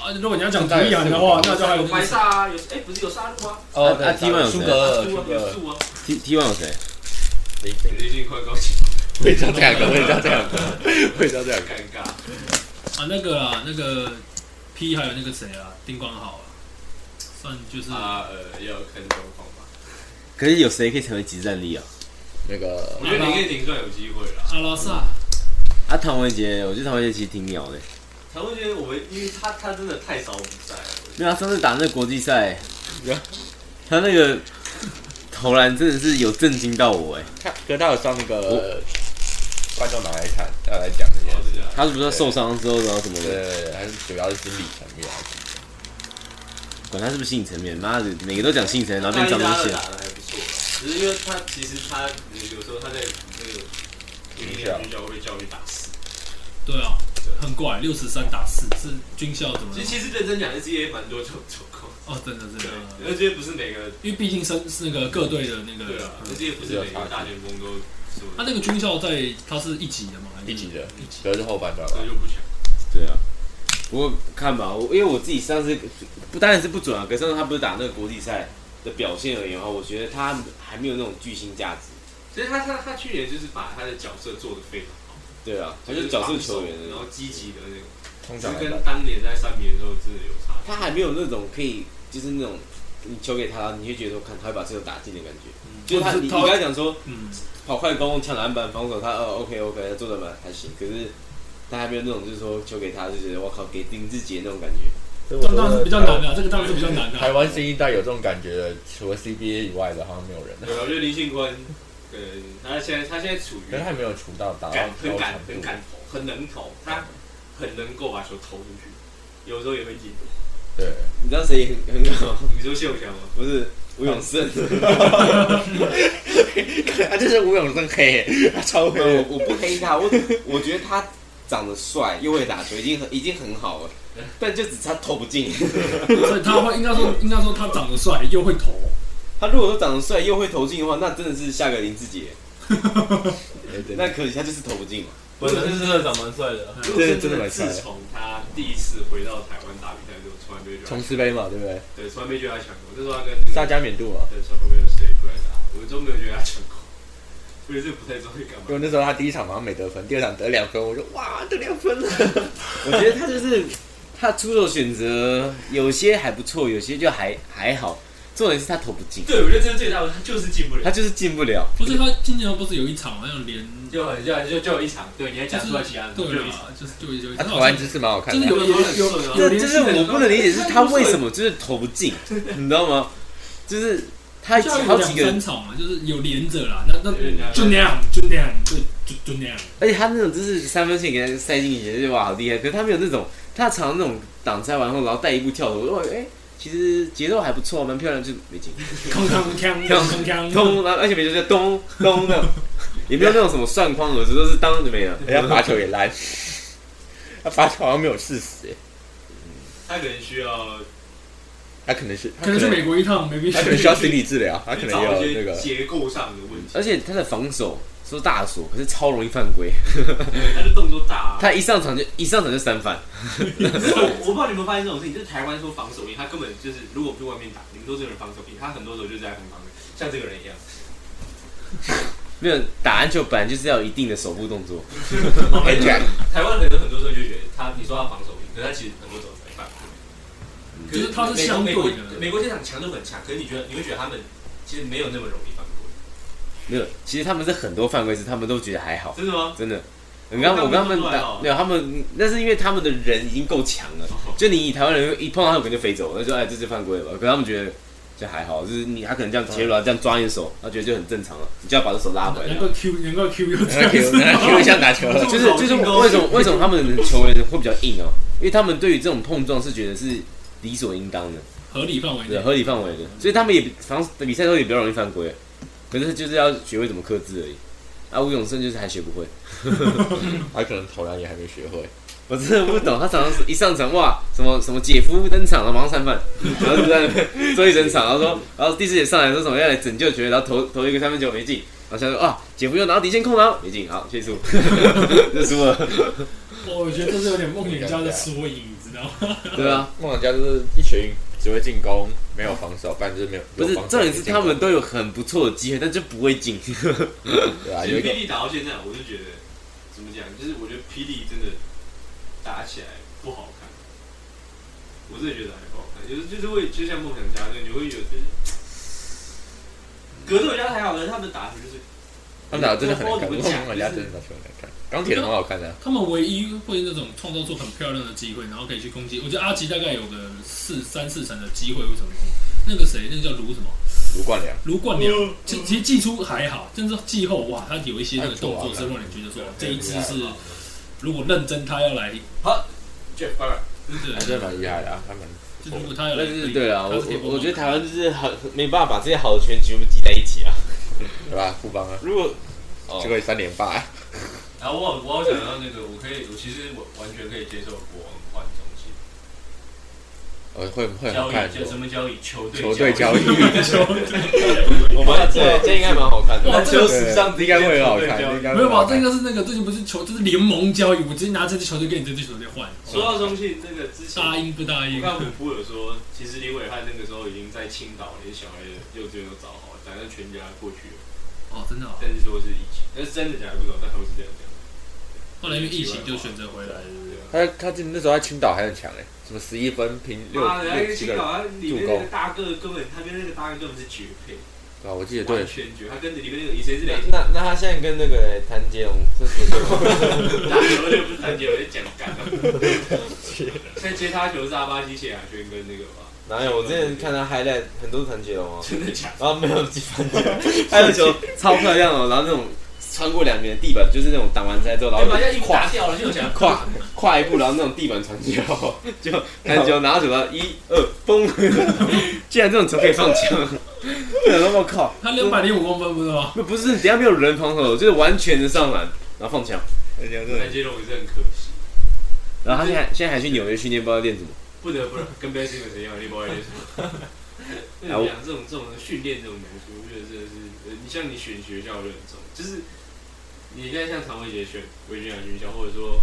Speaker 3: 啊，如果你要讲图一涵的话，那就还有
Speaker 6: 有白沙啊，有哎，不是有杀戮啊，
Speaker 4: 哦，
Speaker 2: 啊啊 T1 有
Speaker 4: 苏
Speaker 2: 谁
Speaker 4: 格尔，
Speaker 6: 树
Speaker 4: 苏
Speaker 6: 啊，
Speaker 4: 格
Speaker 6: 有
Speaker 4: 尔，
Speaker 6: 树啊，
Speaker 2: T T one 有谁？
Speaker 4: 林信
Speaker 6: 最近快高兴，
Speaker 4: 我也知道这两个，我也知道这两个，我也知道这两个。
Speaker 6: 尴尬。
Speaker 3: 啊那个啊那个 P 还有那个谁啊丁光好啊，算就是
Speaker 6: 他呃要看状况吧。
Speaker 2: 可是有谁可以成为集战力啊？
Speaker 4: 那个
Speaker 6: 我觉得林彦廷算有机会啦。
Speaker 3: 阿拉萨，
Speaker 2: 啊，唐维杰，我觉得唐维杰其实挺鸟的，
Speaker 6: 常会觉得我们，因为他他真的太少比赛了，我觉
Speaker 2: 因为他啊上次打那个国际赛，他那个投篮真的是有震惊到我哎。
Speaker 4: 他，可是他有上那个观众拿来看，要来讲这件
Speaker 6: 得
Speaker 4: 事。
Speaker 6: 这样。
Speaker 2: 他是不是受伤之后然后什么
Speaker 4: 对
Speaker 2: 的？
Speaker 4: 对对，还是主要是心理层面。
Speaker 2: 管他是不是性层面，妈的，每个都讲性层，然后
Speaker 6: 他
Speaker 2: 变
Speaker 6: 一
Speaker 2: 张东
Speaker 6: 拉
Speaker 2: 西
Speaker 6: 的。打的还不错啦，只是因为他其实他有时候他在那个
Speaker 4: 学校
Speaker 6: 军校会教育打死。
Speaker 3: 对啊，很怪，六十三打四是军校怎么了
Speaker 6: 其实其实认真讲，S A 蛮多这种状况，
Speaker 3: 哦，真的真
Speaker 6: 对啊
Speaker 3: 的，真的
Speaker 6: ，S A 不是每个
Speaker 3: 因为毕竟是是那个各队的那
Speaker 6: 对
Speaker 3: 个呃
Speaker 6: 啊，，S A 不是每个大前锋都是
Speaker 3: 他那个军校在他是一级的嘛，还是
Speaker 4: 一级的嗯
Speaker 3: 一级
Speaker 4: 主要是后半段吧
Speaker 6: 这。就不强。
Speaker 2: 对啊，不过看吧，我因为我自己上次不当然是不准啊，可是上次他不是打那个国际赛的表现而言的话，我觉得他还没有那种巨星价值。
Speaker 6: 其实他他他去年就是把他的角色做得非常好，
Speaker 2: 对啊，他就是角色球员
Speaker 6: 然
Speaker 2: 而
Speaker 6: 后
Speaker 2: 已，
Speaker 6: 积极的那种，
Speaker 4: 通常
Speaker 6: 就
Speaker 4: 来讲
Speaker 6: 跟，当年在三名的时候真的有差距。
Speaker 2: 他还没有那种可以就是那种你球给他，你就觉得说看他会把这个打进的感觉。就是他，你你刚才讲说
Speaker 3: 嗯，
Speaker 2: 跑快攻、抢篮板、防守，他呃 OK OK，他做的蛮还行，可是他还没有那种就是说球给他就觉得我靠给丁志杰那种感觉。
Speaker 3: 这个当然是比较难的啊，这个当然是比较难的
Speaker 4: 台
Speaker 3: 啊。
Speaker 4: 湾新一代有这种感觉的，除了 CBA 以外的，好像没有人。
Speaker 6: 对，我觉得林信坤，跟他现在他现在处于
Speaker 4: 可是他没有出到达
Speaker 6: 敢
Speaker 4: 到
Speaker 6: 很
Speaker 4: 高
Speaker 6: 敢
Speaker 4: 强
Speaker 6: 很
Speaker 4: 度。
Speaker 6: 敢投，很能投，他很能够把球投出去，有时候也会进。
Speaker 4: 对，
Speaker 2: 你知道谁也很很好？
Speaker 6: 你说秀强吗？
Speaker 2: 不是吴永胜。
Speaker 4: 他就是吴永胜黑，他超
Speaker 2: 没有，我我不黑 他，我我觉得他长得帅又会打球，已经很已经很好了，但就只差投不进。
Speaker 4: 嗯
Speaker 3: 所以他会应该说应该说他长得帅又会投，
Speaker 2: 他如果说长得帅又会投进的话，那真的是下个林志杰。那可惜他就是投不进嘛。
Speaker 6: 本来
Speaker 5: 真的长蛮帅的。
Speaker 6: 嗯
Speaker 4: 对真的蛮帅的
Speaker 6: 自从他第一次回到台湾打比赛之后，从来没觉得
Speaker 4: 琼斯杯嘛，对不对？
Speaker 6: 对，从来没觉得他强过。那时候他跟那个
Speaker 4: 大家免度嘛。啊
Speaker 6: 对，从来没有谁出来打，我都没有觉得他强过。所以是不太知道会干
Speaker 4: 因为
Speaker 6: 嘛。
Speaker 4: 那时候他第一场好像没得分，第二场得两分，我说哇得两分了。啊
Speaker 2: 我觉得他就是他出手选择有些还不错，有些就还还好。重点是他投不进，
Speaker 6: 对，我觉得这是最大的，他就是进不
Speaker 2: 他
Speaker 6: 了。
Speaker 2: 就是进不了。
Speaker 3: 不是他今年不是有一场好像连
Speaker 6: 就很就就就有一场，对，你还
Speaker 3: 就
Speaker 6: 讲
Speaker 3: 是
Speaker 6: 出来其他人，就有
Speaker 3: 对
Speaker 6: 一场。
Speaker 3: 啊，就是就有一
Speaker 4: 他
Speaker 3: 场
Speaker 4: 投
Speaker 3: 好
Speaker 4: 篮
Speaker 3: 像
Speaker 4: 姿势蛮好看
Speaker 3: 就是
Speaker 4: 的，
Speaker 3: 有有有有
Speaker 2: 这
Speaker 3: 连
Speaker 2: 就
Speaker 3: 续
Speaker 2: 是
Speaker 3: 的
Speaker 2: 我不能理解，是他为什么就是投不进，你知道吗？就是他
Speaker 3: 就
Speaker 2: 好
Speaker 3: 有两
Speaker 2: 几个人
Speaker 3: 三场嘛，就是有连着啦，那那
Speaker 6: 对
Speaker 3: 就那样就那样就就就 那样，
Speaker 2: 而且他那种就是三分线给他塞进去，就哇好厉害。可是他没有那种，他常那种挡拆完后，然后带一步跳投，哇哎、其实节奏还不错，蛮漂亮，就没进。
Speaker 3: 铿锵锵铿锵锵，
Speaker 2: 咚，然后而且每球就咚咚的，也没有那种什么算框而只都是当就没了。
Speaker 4: 人家罚球也烂，他罚球好像没有事实，
Speaker 6: 他可能需要
Speaker 4: 他可能是
Speaker 3: 可能去美国一趟没必
Speaker 4: 他可能需要心理治疗，他可
Speaker 6: 去
Speaker 4: 能
Speaker 6: 找一
Speaker 4: 也有那
Speaker 6: 些
Speaker 4: 个
Speaker 6: 结构上的问题，
Speaker 2: 而且他的防守说大锁，可是超容易犯规。
Speaker 6: 他就动作大啊。
Speaker 2: 他一上场就一上场就三犯，
Speaker 6: 可是我我不知道你们发现这种事情，就是台湾说防守硬，他根本就是如果不去外面打，你们说这个人防守硬，他很多时候就是在很旁边，像这个人一样。
Speaker 2: 没有打篮球本来就是要有一定的手部动作。
Speaker 4: 哎这样
Speaker 6: 台湾人很多时候就觉得他，你说他防守硬，可是他其实很多时候在犯规。可
Speaker 3: 就是他是相对
Speaker 6: 美
Speaker 3: 的
Speaker 6: 国美国美国这场强度很强，可是你觉得你会觉得他们其实没有那么容易犯规，
Speaker 2: 没有，其实他们是很多犯规是他们都觉得还好。
Speaker 6: 真的吗？
Speaker 2: 真的。我刚我跟他们打，没有他们，那是因为他们的人已经够强了。就你以台湾人一碰到他，可能就飞走，那就哎这就犯规了吧。可是他们觉得就还好，就是你他可能这样切入啊，这样抓你的手，他觉得就很正常了。你就要把这手拉回来
Speaker 3: 能。够 Q 能够 Q 又这
Speaker 4: 那
Speaker 3: 样
Speaker 4: 可以那
Speaker 3: 子，
Speaker 4: 可以像打球了，
Speaker 2: 就是就是为什么为什么他们的球员会比较硬哦？因为他们对于这种碰撞是觉得是理所应当的，
Speaker 3: 合理范围内
Speaker 2: 对，。合理范围的，所以他们也防比赛的时候也比较容易犯规，可是就是要学会怎么克制而已。啊，吴永胜就是还学不会，
Speaker 4: 他可能投篮也还没学会。
Speaker 2: 我真的不懂，他常常是一上场哇，什么什么姐夫登场，然后马上三犯，然后就 在那边做一整场，然后说，然后第四节上来说什么要来拯救球队，然后投投一个三分球没进，然后想说啊，姐夫又拿到底线控了，没进，好，结束，就输了，
Speaker 3: 我觉得这是有点梦魇家的缩影，你知道吗？
Speaker 2: 对啊，
Speaker 4: 梦想家就是一群只会进攻，没有防守，反正就是没有。
Speaker 2: 不是
Speaker 4: 有防，守
Speaker 2: 重点是他们都有很不错的机会，但就不会进，
Speaker 4: 对啊，
Speaker 6: 其
Speaker 4: 有一
Speaker 6: 实
Speaker 4: 个
Speaker 6: 霹雳打到现在，我就觉得怎么讲，就是我觉得霹雳真的打起来不好看，我真的觉得还不好看，就是就是会就像梦想家那样，你会有就是格斗家还好，可是他们打球就是
Speaker 4: 他们打的真的很难
Speaker 6: 我
Speaker 4: 看，
Speaker 6: 不
Speaker 4: 梦
Speaker 6: 讲
Speaker 4: 想家真的打球很难看。钢铁人很好看的啊，
Speaker 3: 他们唯一会那种创造出很漂亮的机会，然后可以去攻击。我觉得阿吉大概有个四三四成的机会会成功。那个谁，那个叫卢什么？
Speaker 4: 卢冠良
Speaker 3: 卢冠良，
Speaker 6: 呃
Speaker 3: 其其实技术还好，但是季后哇，他有一些那个动
Speaker 6: 啊
Speaker 3: 作是让你觉得说这一支是，如果认真他要来，
Speaker 6: Jeff b a r
Speaker 3: 对
Speaker 4: 还真的蛮厉害的啊，他们
Speaker 3: 就是如果他要来
Speaker 2: 但
Speaker 3: 可
Speaker 2: 是
Speaker 3: 以，
Speaker 2: 对啊，
Speaker 3: 他
Speaker 2: 我
Speaker 3: 是可以
Speaker 2: 我我觉得
Speaker 3: 帮
Speaker 2: 台
Speaker 3: 忙
Speaker 2: 湾就是很没办法把这些好的全局部挤在一起啊，
Speaker 4: 对吧？富邦啊，
Speaker 2: 如果
Speaker 6: 哦
Speaker 4: 结果三连败啊，
Speaker 6: 然后我我好想到那个，我可以，我其实我完全可以接受国王换中心
Speaker 4: 呃，会会很
Speaker 6: 交
Speaker 4: 好看
Speaker 6: 易，
Speaker 4: 很
Speaker 6: 就
Speaker 4: 多
Speaker 6: 什。么交易？球队
Speaker 4: 球队交易，
Speaker 2: 我们对这应该蛮好看的，
Speaker 3: 哇，这个
Speaker 4: 对应该会很好看，应该会
Speaker 3: 没
Speaker 4: 很
Speaker 3: 有
Speaker 4: 好
Speaker 3: 吧？这
Speaker 4: 看
Speaker 3: 应该是那个最近不是球，这是联盟交易，我直接拿这支球队跟你这支球队换，
Speaker 6: 说到中信那个之前，
Speaker 3: 答应不答
Speaker 6: 我
Speaker 3: 应？
Speaker 6: 看虎扑有说，其实林伟汉那个时候已经在青岛连小孩的幼稚园都找好，反正全家过去了，
Speaker 3: 哦，真的哦。
Speaker 6: 但是说是疫情，但是真的假的不知道，但他们是这样讲。
Speaker 3: 后来因为疫情就选择回来了。
Speaker 6: 对啊
Speaker 4: 他他进那时候在青岛还很强哎，什么十一分平六
Speaker 6: 妈的，那
Speaker 4: 六
Speaker 6: 个
Speaker 4: 七
Speaker 6: 青
Speaker 4: 个人
Speaker 6: 岛，他里面那个大个根本，他跟那个大个根本是绝配，
Speaker 4: 对吧？我记得对
Speaker 6: 完，全绝，他跟里面那个以前是两
Speaker 1: 那那他现在跟那个谭杰龙这是
Speaker 6: 打球就不是单节，我就讲干了。现在接他球是阿巴西、谢亚轩跟那个吧？
Speaker 1: 哪有？我之前看他 highlight 很多谭杰龙啊，
Speaker 6: 真的假的？
Speaker 1: 然后没有几分钟，
Speaker 2: 还有球超漂亮哦，然后那种穿过两边的地板，就是那种挡完塞之后，然
Speaker 6: 对吧？要
Speaker 2: 后
Speaker 6: 一
Speaker 2: 跨
Speaker 6: 打掉了就想
Speaker 2: 跨跨一步，然后那种地板传球，就 看球拿到球，然后一二 崩，竟然这种球可以放枪， 然后我靠，
Speaker 3: 他两百零五公分不是吗？
Speaker 2: 不是等下没有人防守，就是完全的上篮，然后放枪，
Speaker 4: 人家真的
Speaker 6: 单节 龙也是很可惜，
Speaker 2: 然后他现在现在还去纽约训练，不知道练什么。
Speaker 6: 不得不跟 Ben Simmons 一样，你不爱练什么？
Speaker 2: 哎我
Speaker 6: 那讲这种这种训练这种东西，我觉得真的是，呃你像你选学校就很重，就是你应该像常伟杰选维吉尼亚军校，或者说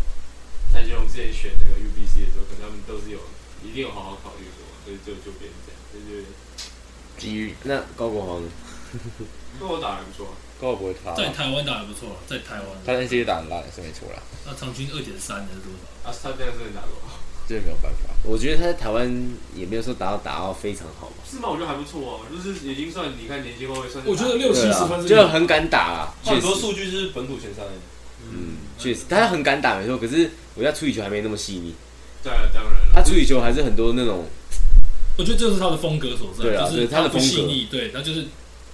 Speaker 6: 单杰龙之前选那个 UBC 的时候，可能他们都是有一定有好好考虑过，所以就就变成这样，所以就。
Speaker 4: 机遇，
Speaker 2: 那高国豪呢？
Speaker 6: 跟我打得不错啊，
Speaker 4: 高不会差啊，
Speaker 3: 在台湾打的不错，在台
Speaker 4: 他
Speaker 3: 湾，
Speaker 4: 那些打很烂是没错啦，
Speaker 3: 那场均二点三的是多少？
Speaker 6: 阿斯塔这样真的打过，
Speaker 4: 这没有办法。
Speaker 2: 我觉得他在台湾也没有说打到打到非常好吧，
Speaker 6: 是吗？我觉得还不错哦，就是已经算你看年轻后卫算是
Speaker 3: 我觉得六七
Speaker 2: 对
Speaker 3: 十
Speaker 2: 啊
Speaker 3: 分，
Speaker 2: 就很敢打啊，确
Speaker 5: 很
Speaker 2: 实
Speaker 5: 多数据是本土前三的，
Speaker 2: 嗯，确实，他很敢打没错，可是我觉得他处理球还没那么细腻，
Speaker 6: 对啊，当然
Speaker 2: 他
Speaker 6: 了，
Speaker 2: 处理球还是很多那种，
Speaker 3: 我觉得这是他的风格所在，
Speaker 2: 对啊
Speaker 3: 就是
Speaker 2: 对他的
Speaker 3: 不
Speaker 2: 风格
Speaker 3: 细腻，对，他就是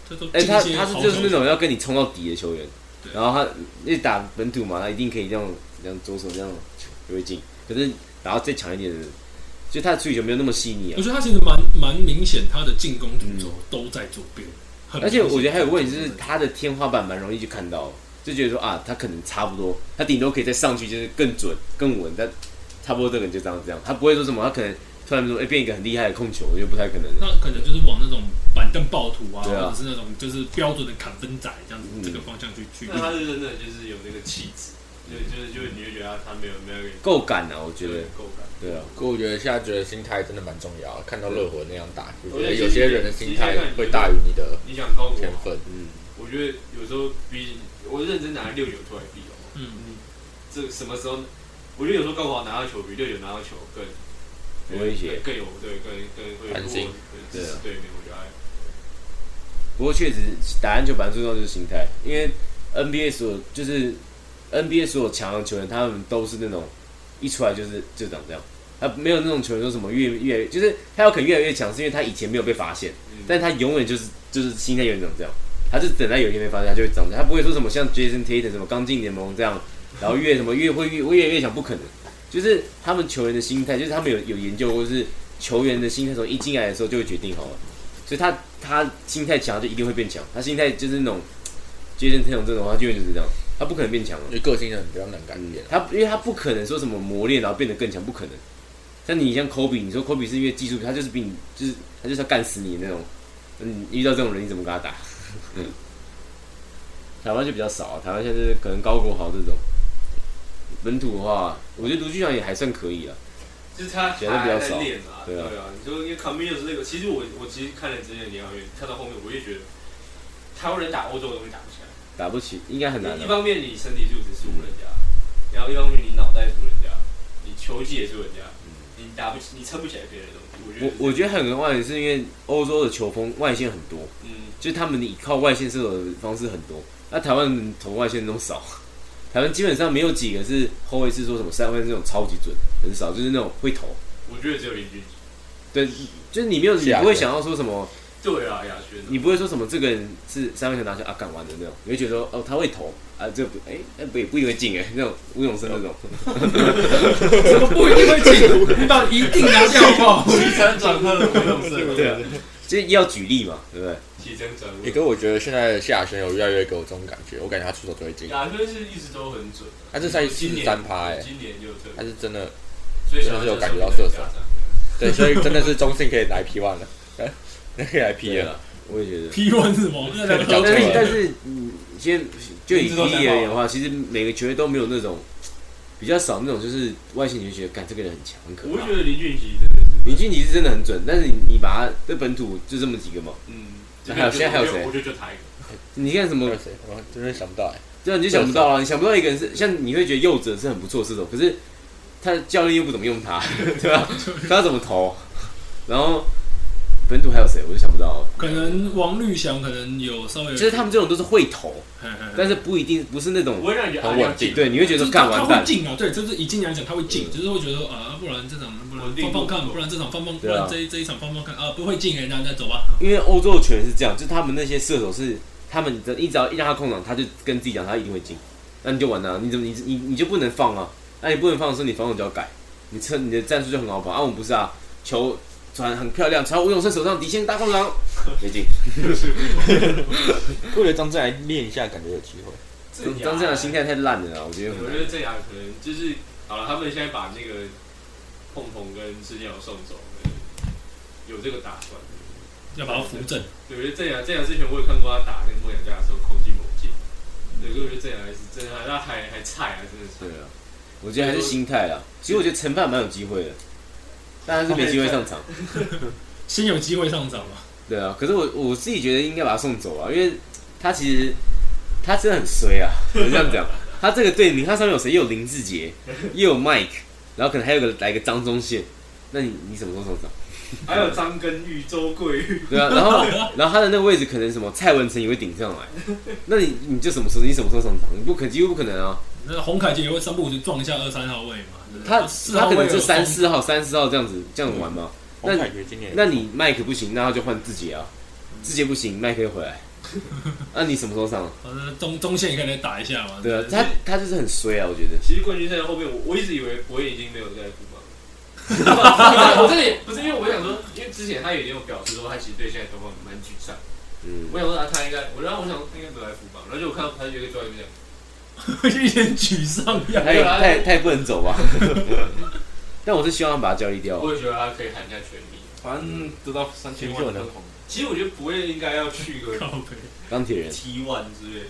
Speaker 3: 他都
Speaker 2: 哎、他
Speaker 3: 进一些
Speaker 2: 他是
Speaker 3: 好球
Speaker 2: 就是那种要跟你冲到底的球员，
Speaker 3: 对
Speaker 2: 然后他一打本土嘛，他一定可以这样这样左手这样就会进，可是打到再强一点的人，就他的处理球没有那么细腻啊
Speaker 3: 我，觉得他其实蛮蛮明显，他的进攻主轴都在左边，很
Speaker 2: 而且我觉得还有个问题
Speaker 3: 明
Speaker 2: 就是
Speaker 3: 显
Speaker 2: 他的天花板蛮容易去看到的，就觉得说啊，他可能差不多，他顶多可以再上去就是更准更稳，但差不多这个人就这样这样，他不会说什么，他可能突然说哎、变一个很厉害的控球，我觉得不太可能了。
Speaker 3: 那可能就是往那种板凳暴徒啊，
Speaker 2: 对啊
Speaker 3: 或者是那种就是标准的砍分仔这样子、
Speaker 2: 嗯
Speaker 3: 这个方向去去。
Speaker 6: 那他是真的就是有那个气质，就就是就你会觉得他没有没有给你
Speaker 2: 够敢啊，我觉得，
Speaker 6: 够感。
Speaker 2: 对啊，
Speaker 4: 可我觉得现在觉得心态真的蛮重要，看到热火那样打，就
Speaker 6: 我
Speaker 4: 觉得
Speaker 6: 觉得
Speaker 4: 有些人的心态会大于你的
Speaker 6: 你想高国
Speaker 4: 天
Speaker 6: 豪，
Speaker 4: 分。
Speaker 2: 嗯，
Speaker 6: 我觉得有时候比我认真拿六九出来比哦，
Speaker 3: 嗯，
Speaker 6: 这个什么时候？我觉得有时候高国豪拿到球比六九拿到球更
Speaker 2: 没威胁。
Speaker 6: 更有对更更会
Speaker 4: 安心
Speaker 6: 对
Speaker 2: 对啊
Speaker 6: 对面，我觉得还
Speaker 2: 不过确实打篮球蛮重要的就是心态，因为 NBA 所有就是 NBA 所有强的球员，他们都是那种一出来就是就长这样，他没有那种球员说什么越越就是他有可能越来越强，是因为他以前没有被发现，
Speaker 6: 嗯
Speaker 2: 但他永远就是就是心态永远长这样，他就等到有一天被发现，他就会长这样，他不会说什么像 Jason Tatum 什么刚进联盟这样，然后越什么越会越越来越想不可能，就是他们球员的心态，就是他们有有研究过，就是球员的心态从一进来的时候就会决定好了，所以他他心态强就一定会变强，他心态就是那种 Jason t a t u m 这种，他就会就是这样，他不可能变强了
Speaker 1: 因。为个性很比较难改变。
Speaker 2: 他因为他不可能说什么磨练然后变得更强，不可能。像你像科比，你说科比是因为技术，他就是比你就是他就是要干死你的那种。嗯，遇到这种人你怎么跟他打？ 台湾就比较少、啊，台湾现在就是可能高国豪这种。本土的话，我觉得卢俊祥也还算可以啊。
Speaker 6: 就是他
Speaker 2: 觉得
Speaker 6: 还
Speaker 2: 比较
Speaker 6: 在
Speaker 2: 少
Speaker 6: 练啊，
Speaker 2: 对
Speaker 6: 对
Speaker 2: 啊
Speaker 6: 啊，你说因为 Camilo 是那个，其实我我其实看了之前的联航员，看到后面我就觉得，台湾人打欧洲的东西打不起来。
Speaker 2: 打不起，应该很难、
Speaker 6: 一
Speaker 2: 啊。
Speaker 6: 方面你身体素质输人家，然后一方面你脑袋输人家，你球技也输人家，你打不起，你撑不起来别人的东西。我觉得
Speaker 2: 我
Speaker 6: 是，
Speaker 2: 我觉得很有外是因为欧洲的球风外线很多，
Speaker 6: 嗯，
Speaker 2: 就是他们依靠外线射手的方式很多，那台湾人投外线那种少， 台湾基本上没有几个是后卫是说什么三分这种超级准，很少，就是那种会投。
Speaker 6: 我觉得只有林俊杰。
Speaker 2: 对，就是你没有，你
Speaker 1: 下
Speaker 2: 不
Speaker 1: 一个
Speaker 2: 会想要说什么，
Speaker 6: 对啊，亚轩啊，
Speaker 2: 你不会说什么这个人是三分球拿下啊敢玩的那种，你会觉得说哦他会投啊这不哎哎不也不一定会进哎那种吴永生那种，
Speaker 3: 什么不一定会进，到一定拿下好不好？
Speaker 5: 起承转合的回龙社，
Speaker 2: 对啊，就是要举例嘛，对不对？
Speaker 6: 起承转
Speaker 4: 也
Speaker 6: 合。
Speaker 4: 跟欸我觉得现在的夏轩有越来越给我这种感觉，我感觉他出手都会进，
Speaker 6: 亚轩是一直都很准的，
Speaker 4: 他这赛季四
Speaker 6: 今
Speaker 4: 十
Speaker 6: 年
Speaker 4: 三趴哎，
Speaker 6: 今年就特
Speaker 4: 他
Speaker 6: 别，
Speaker 4: 是真的，
Speaker 6: 所以
Speaker 4: 真的是
Speaker 6: 小孩
Speaker 4: 有
Speaker 6: 子
Speaker 4: 感觉到
Speaker 6: 受
Speaker 4: 射
Speaker 6: 不了
Speaker 4: 手
Speaker 6: 家长
Speaker 4: 对，所以真的是中信可以来 P one 了，哎那可以来 P 了，
Speaker 2: 啊，我也觉得。
Speaker 3: P one 是什 么？那两个
Speaker 4: 搞
Speaker 2: 但
Speaker 4: 错
Speaker 2: 是
Speaker 4: 了
Speaker 2: 但是，嗯，先就以
Speaker 5: 名字都
Speaker 2: B
Speaker 5: 想
Speaker 2: 一
Speaker 5: 好
Speaker 2: 而
Speaker 5: 了
Speaker 2: 言的话，其实每个球队都没有那种比较少那种，就是外线你就觉得，干这个人很强，很可
Speaker 6: 我
Speaker 2: 怕
Speaker 6: 会。觉得林俊杰真的是，
Speaker 2: 林俊杰是真的很准，但是你你把他在本土就这么几个嘛，
Speaker 6: 嗯，
Speaker 2: 那还有
Speaker 6: 这边就
Speaker 2: 现在还有谁
Speaker 6: 我觉得我觉得就他一个，
Speaker 2: 你看什
Speaker 4: 还
Speaker 2: 么
Speaker 4: 有，谁？我真的想不到哎，
Speaker 2: 对啊，你就想不到啊，你想不到一个人是像你会觉得右者是很不错的射手，可是他教练又不怎么用他， 对吧、他怎么投？然后本土还有谁，我就想不到了。
Speaker 3: 可能王绿翔可能有稍微有，
Speaker 2: 就是他们这种都是会投，
Speaker 3: 嘿，嘿嘿
Speaker 2: 但是不一定不是那种
Speaker 6: 我哎会让你觉得
Speaker 4: 很
Speaker 6: 阿亮
Speaker 4: 稳定
Speaker 2: 对，你会觉
Speaker 3: 就
Speaker 2: 得
Speaker 3: 是
Speaker 2: 干
Speaker 3: 他
Speaker 2: 完
Speaker 3: 会
Speaker 2: 蛋。
Speaker 3: 进啊，对，就是以今年来讲他会进，就是会觉得说啊，不然这场不然
Speaker 6: 稳定
Speaker 3: 放放看，
Speaker 6: 度
Speaker 3: 不然这场放放，不
Speaker 2: 对啊
Speaker 3: 然这一这一场放放看啊，不会进哎，那那走吧。
Speaker 2: 因为欧洲的球员是这样，就是他们那些射手是，他们只一只要一让他空档，他就跟自己讲他一定会进，那你就完了啊、你怎么你你你就不能放啊？那你不能放的时候，你防守就要改，你策你的战术就很好跑啊。我们不是啊，球传很漂亮，传吴永胜手上底线大空档，没进。
Speaker 4: 我觉得张振来练一下，感觉有机会。
Speaker 6: 郑雅
Speaker 2: 张这样的心态太烂了啊，我觉得
Speaker 6: 啊我
Speaker 2: 很
Speaker 6: 觉得
Speaker 2: 难。
Speaker 6: 郑雅可能就是好了，他们现在把那个碰碰跟施鸟送走，可能有这个打算。
Speaker 3: 要把它扶正。
Speaker 6: 对，我觉得郑雅郑雅之前我也看过他打那个莫阳家的时候，空击猛进。对，所以我觉得郑雅还是真的，他还还菜啊，真的
Speaker 2: 对
Speaker 6: 是。
Speaker 2: 啊，我觉得还是心态啦。其实我觉得陈范蛮有机会的，但他是没机会上场。
Speaker 3: 先有机会上涨嘛。
Speaker 2: 对啊，可是我我自己觉得应该把他送走啊，因为他其实他真的很衰啊， 我这样讲，他这个队你看上面有谁？又有林志 杰，又有 Mike，然后可能还有个来个张宗宪，那你你什么时候送走？
Speaker 6: 还有哎张根玉、周桂玉，
Speaker 2: 对啊，然后 然后他的那个位置可能什么蔡文成也会顶上来，那你你就什么时候你什么时候上场？你不可几乎不可能啊，
Speaker 3: 那红凯杰也会三不五就撞一下二三号位嘛。对不对
Speaker 2: 他
Speaker 3: 四
Speaker 2: 他
Speaker 3: 号
Speaker 2: 可
Speaker 3: 位啊
Speaker 2: 能
Speaker 3: 有
Speaker 2: 就三
Speaker 3: 松
Speaker 2: 四号三四号这样子这样玩
Speaker 3: 嗯
Speaker 2: 嘛，那
Speaker 4: 我感觉今
Speaker 3: 哎
Speaker 4: 年
Speaker 2: 那你 Mike 不行，那他就换志杰啊，志杰不行，Mike 又回 来，那你什么时候上？啊
Speaker 3: 好的中中线也可以来打一下嘛。
Speaker 2: 对啊，
Speaker 3: 不
Speaker 2: 他他就是很衰啊，我觉得。
Speaker 6: 其实冠军赛后面，我我一直以为博彦已经没有在富邦了。 我这里不是因为我想说，因为之前他也有表示说，他其实对现在状况蛮沮丧。
Speaker 2: 嗯
Speaker 6: 我想说啊，他应该，我然后我想说他应该没有来富邦，然后就我看到他有一个教练这样，
Speaker 3: 就有点沮丧呀。
Speaker 4: 哎
Speaker 2: 他也
Speaker 6: 啊
Speaker 2: 他也他也不能走吧？ 但我是希望把他交易掉。啊
Speaker 6: 我也觉得他可以喊一下全力。
Speaker 5: 反正得到三千万分红，
Speaker 6: 其实我觉得博彦应该要去个
Speaker 3: 靠北
Speaker 2: 钢铁人
Speaker 6: T one 之类的，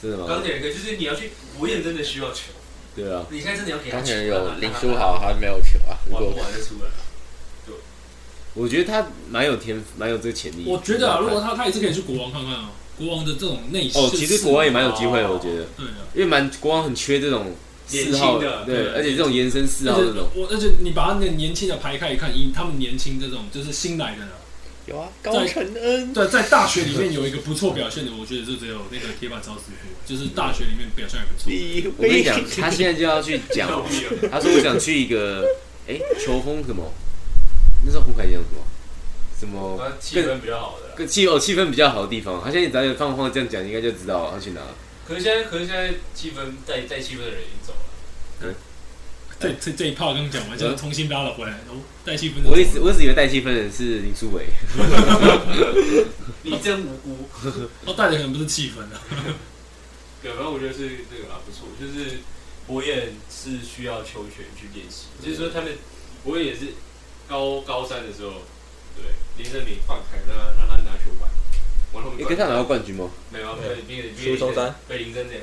Speaker 2: 真的
Speaker 6: 钢
Speaker 2: 吗？
Speaker 6: 铁人可以就是你要去，博彦真的需要球，
Speaker 2: 对啊，
Speaker 6: 你现在真的要给他
Speaker 4: 当
Speaker 6: 球
Speaker 4: 前
Speaker 6: 让
Speaker 4: 有
Speaker 6: 他
Speaker 4: 林书豪，他没有球啊。如
Speaker 6: 玩
Speaker 4: 果
Speaker 6: 不玩得出 来啊？
Speaker 2: 我觉得他蛮有天，蛮有这个潜力。
Speaker 3: 我觉得啊，如果他他也是可以去国王看看啊，国王的这种内线
Speaker 2: 哦，其实国
Speaker 3: 啊
Speaker 2: 王也蛮有机会的，我
Speaker 6: 哦
Speaker 2: 觉得，
Speaker 3: 对啊。
Speaker 2: 因为蛮国王很缺这种四号
Speaker 6: 年轻的
Speaker 2: 对，
Speaker 3: 对
Speaker 2: 而且这种延伸四
Speaker 3: 而
Speaker 2: 号这
Speaker 3: 且
Speaker 2: 种，
Speaker 3: 我，而且你把他那年轻的排开一看，以他们年轻这种就是新来的啦，
Speaker 4: 有啊，高承恩，
Speaker 3: 对，在大学里面有一个不错表现的，我觉得就只有那个铁板超师傅，就是大学里面表现还不错。
Speaker 2: 嗯
Speaker 4: 李
Speaker 2: 我跟你
Speaker 4: 威
Speaker 2: 讲，他现在就要去讲，
Speaker 6: 有必要
Speaker 2: 他说我想去一个，哎，球风什么？那时候胡凯讲什么？什么
Speaker 6: 反正气氛比较好的啦。
Speaker 2: 更气哦气氛比较好的地方？他现在只要放放这样讲，应该就知道他去哪了。
Speaker 6: 可是现在，可是现在气氛带带气氛的人已经走了。
Speaker 3: 这这这一炮刚讲完，就重新拉了回来，然后带气氛。
Speaker 2: 嗯我一直我一直以为带气氛的人是林书伟，
Speaker 6: 你真无辜。
Speaker 3: 哦，带的可能不是气氛啊，
Speaker 6: 对，反正我觉得是那个啊，不错，就是博彦是需要球权去练习，就是说他们博彦也是高高三的时候，对林正明放开让他让他拿球玩，玩后面
Speaker 1: 你跟他拿到冠军吗？
Speaker 6: 没有啊
Speaker 4: 没有
Speaker 6: 被被
Speaker 4: 输中山
Speaker 6: 被林正这样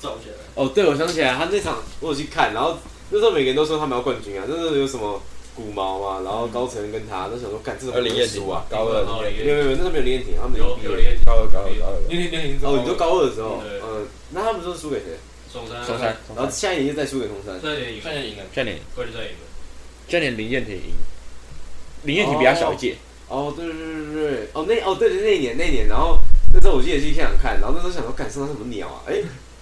Speaker 6: 照起来，
Speaker 2: 哦，对，我想起来，他那场我有去看，然后那时候每个人都说他们要冠军啊，那时候有什么古毛嘛，然后高层跟他，那时候说干这种
Speaker 4: 二零燕
Speaker 2: 输
Speaker 4: 婷
Speaker 2: 啊，
Speaker 4: 高
Speaker 6: 然后
Speaker 4: 二，
Speaker 6: 哦林
Speaker 2: 没有没有，那时候没有林彦廷，他们
Speaker 6: 有有林彦
Speaker 4: 高二，高二，高二，
Speaker 5: 那天那天
Speaker 2: 哦，你说高二的时候，
Speaker 6: 对
Speaker 2: 嗯，那他们说输给谁？
Speaker 6: 中山
Speaker 1: 松山，
Speaker 2: 然后下一年就再输给中山，
Speaker 6: 三年赢了，
Speaker 5: 年赢了，
Speaker 1: 这年
Speaker 6: 冠军赛赢了，
Speaker 1: 这年林彦廷赢，林彦廷比他小一届，
Speaker 2: 哦，对对对对对，哦那哦对对那一年那一年，然后那时候我记得去现场看，然后那时候想说，干上什么鸟啊？哎，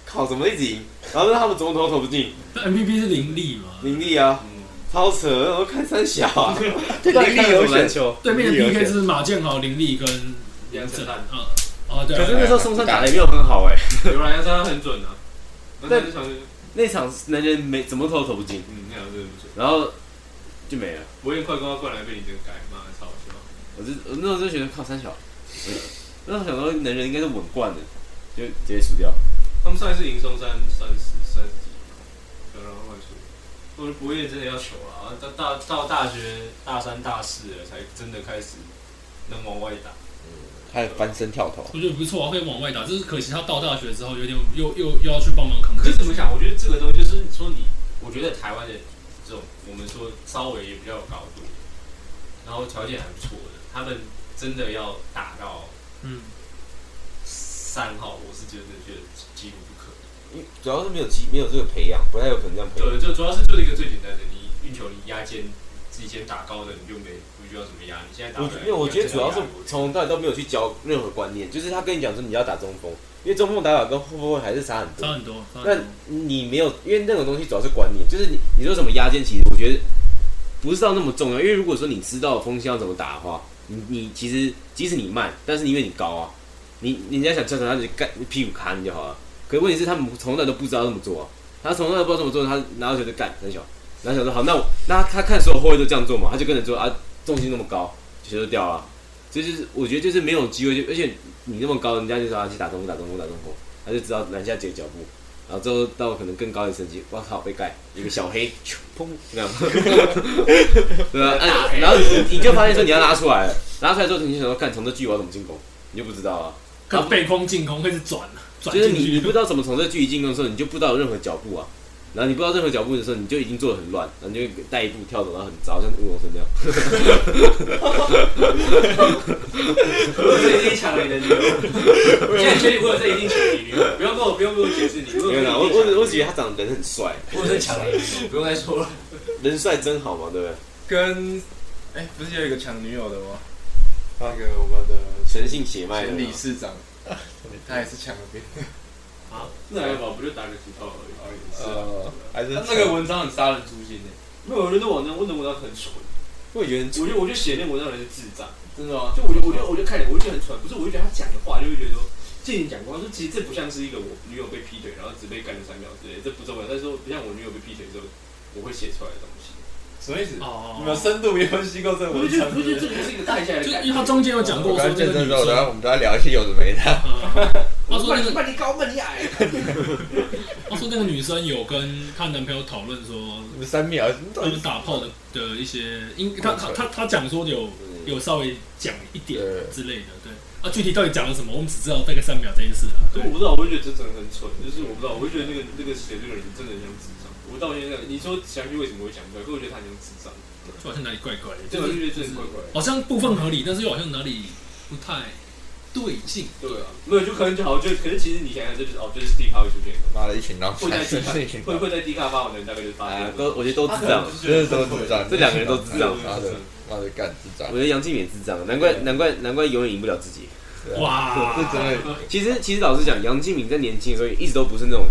Speaker 2: 靠，怎么一直赢？然后那他们怎么投投不进？
Speaker 3: 那 MVP 是林立嘛？
Speaker 2: 林立啊，
Speaker 6: 嗯
Speaker 2: 超扯，然后看三小 啊，
Speaker 1: 对林立有选，
Speaker 2: 球。
Speaker 3: 对面的
Speaker 1: 林立有
Speaker 3: PK
Speaker 1: 选
Speaker 3: 是马建豪、林立跟
Speaker 6: 杨晨
Speaker 3: 啊
Speaker 6: 汉，
Speaker 3: 啊对
Speaker 2: 可是
Speaker 3: 啊，
Speaker 2: 那时候松山打的没有很好哎，
Speaker 6: 有啦，杨晨汉很准啊，那
Speaker 2: 但
Speaker 6: 这场是
Speaker 2: 那场男人没怎么投都投不进，
Speaker 6: 嗯，那场真的不错，
Speaker 2: 然后就没了。
Speaker 6: 博彦快攻到灌篮被林正改，妈的超好笑。
Speaker 2: 我就我那时候就觉得靠三小，嗯那时候想说能人应该是稳冠的，就直接输掉。
Speaker 6: 他们上一次赢松山三十三十几，然后乱输。我觉得博彦真的要求啊，到大到大学大三大四了才真的开始能往外打。
Speaker 1: 还有翻身跳投，
Speaker 3: 我觉得不错啊，可以往外打。只是可惜他到大学之后有点又又又要去帮忙扛。
Speaker 6: 可是怎么？讲？我觉得这个东西就是说你，我觉得台湾的这种我们说稍微也比较有高度，然后条件还不错的，他们真的要打到
Speaker 3: 嗯，
Speaker 6: 三号，我是真的觉得几乎不可能。
Speaker 2: 主要是没有机，没有这个培养，不太有可能这样培养。
Speaker 6: 对，就主要是就是一个最简单的，你运球你压肩，自己先打高的，你就没不需要什么压力。现在打
Speaker 2: 我
Speaker 6: 回来
Speaker 2: 因为我觉得主要是
Speaker 6: 你要 真的压
Speaker 2: 从头到尾都没有去教任何观念，就是他跟你讲说你要打中锋，因为中锋打法跟后卫还是差很
Speaker 3: 差
Speaker 2: 多。
Speaker 3: 很多，差很
Speaker 2: 那
Speaker 3: 多。
Speaker 2: 你没有，因为那种东西主要是观念，就是你你说什么压肩，其实我觉得不是到那么重要，因为如果说你知道风向要怎么打的话，你你其实即使你慢，但是因为你高啊，你你人家想跳球，他就干屁股卡你就好了。可是问题是他们从来都不知道这么做啊，他从来都不知道这么做，他拿到球就干很小，然后想说好，那我那他他看所有后卫都这样做嘛，他就跟着做啊，重心那么高，球就掉了。所以就是我觉得就是没有机会，就而且你那么高，人家就说啊去打中锋打中锋打中锋，他就知道篮下自己的脚步。然后之后到可能更高的层级，我靠，被盖一个小黑，咻砰，这样，对啊，按然后你你就发现说你要拉出来了，拉出来之后你就想说，看从这距我要怎么进攻，你就不知道啊，
Speaker 3: 可能背空进攻开始转了，转
Speaker 2: 就是
Speaker 3: 进
Speaker 2: 你你不
Speaker 3: 去。
Speaker 2: 知道怎么从这距离进攻的时候，你就不知道有任何脚步啊，然后你不知道任何脚步的时候，你就已经做的很乱，然后你就带一步跳走到很糟，像乌龙生这样，
Speaker 6: 我这已经抢了你的女友，我现在确定我有这一定抢了你的女友，不用跟我不用跟我解释你，
Speaker 2: 没
Speaker 6: 没
Speaker 2: 有啦，我 我只我只觉得他长得人很帅，
Speaker 6: 我在抢了你的女友，不用再说了。
Speaker 2: 人帅真好嘛，对不对？
Speaker 5: 跟哎不是有一个抢女友的吗？
Speaker 2: 啊
Speaker 5: 那个我们的
Speaker 2: 神性血脉的啊
Speaker 5: 前
Speaker 2: 嘛，
Speaker 5: 理事 长，他也是抢了别人。
Speaker 6: 啊，那还好，不就打个几套而
Speaker 2: 哦
Speaker 6: 已。
Speaker 5: 是啊
Speaker 4: 呃，还是
Speaker 5: 他那个文章很杀人诛心的，
Speaker 6: 没有人的网站，我的文章很蠢，
Speaker 2: 我也觉得很
Speaker 6: 我觉得我就写那文章的人是智障，
Speaker 5: 真的吗？
Speaker 6: 就我就我就我就看着我就觉得很蠢，不是，我就觉得他讲的话就会觉得说。进行讲光说，其实这不像是一个我女友被劈腿，然后只被干了三秒之类的，这不重要。但是说不像我女友被劈腿之后，我会写出来的东西。
Speaker 5: 什么意思？
Speaker 3: 哦，
Speaker 5: 你们深度没分析过这个文
Speaker 6: 我就觉
Speaker 5: 章
Speaker 6: 得，？我就觉得这个是一个带下来的
Speaker 3: 就
Speaker 6: 感
Speaker 3: 因为
Speaker 6: 觉。
Speaker 3: 他中间有讲过
Speaker 4: 我刚
Speaker 3: 说那
Speaker 4: 健
Speaker 3: 个
Speaker 4: 身
Speaker 3: 女
Speaker 4: 之后，然后
Speaker 3: 生，
Speaker 4: 我们都在聊一些有的没的，
Speaker 3: 嗯他说那个
Speaker 6: 你高，问你矮。
Speaker 3: 他说那个女生有跟她男朋友讨论说，
Speaker 4: 你们三秒，你到
Speaker 3: 他
Speaker 4: 底
Speaker 3: 们打炮的的一些，因他他他他讲说有
Speaker 4: 嗯
Speaker 3: 有稍微讲一点
Speaker 4: 对
Speaker 3: 之类的，对。啊，具体到底讲了什么，我们只知道大概三秒这件事啊。
Speaker 6: 可
Speaker 3: 对
Speaker 6: 我，不知道，我就觉得这真的很蠢，就是我不知道，我就觉得那个那个写这个人真的很像智障。我到现在，你说详细为什么会讲出来，可我觉得他很像智障，
Speaker 3: 就好像哪里怪怪的，就
Speaker 6: 对，我就是觉得这很怪怪。
Speaker 3: 好像部分合理，但是又好像哪里不太对劲。
Speaker 6: 对啊，没有就可能就好，就可是其实你想想，这就是哦，就是低咖会出现的，
Speaker 4: 妈的一群浪
Speaker 6: 会在
Speaker 4: 费，
Speaker 6: 低咖啊
Speaker 4: 一群
Speaker 6: 会会在低咖发文的人大概就是发
Speaker 2: 哎呀
Speaker 6: 现，
Speaker 2: 都我觉得都
Speaker 5: 他可
Speaker 2: 智障
Speaker 5: 能就，是觉
Speaker 4: 这
Speaker 5: 得
Speaker 4: 是都智障，
Speaker 2: 这两个人都智障
Speaker 4: 妈的，妈的干智障
Speaker 2: 我，觉得杨敬敏智障，难怪难怪难怪永远赢不了自己。
Speaker 4: 对啊
Speaker 3: 哇，
Speaker 4: 这真的
Speaker 2: 其实其实老实讲，杨敬敏在年轻的时候也一直都不是那种，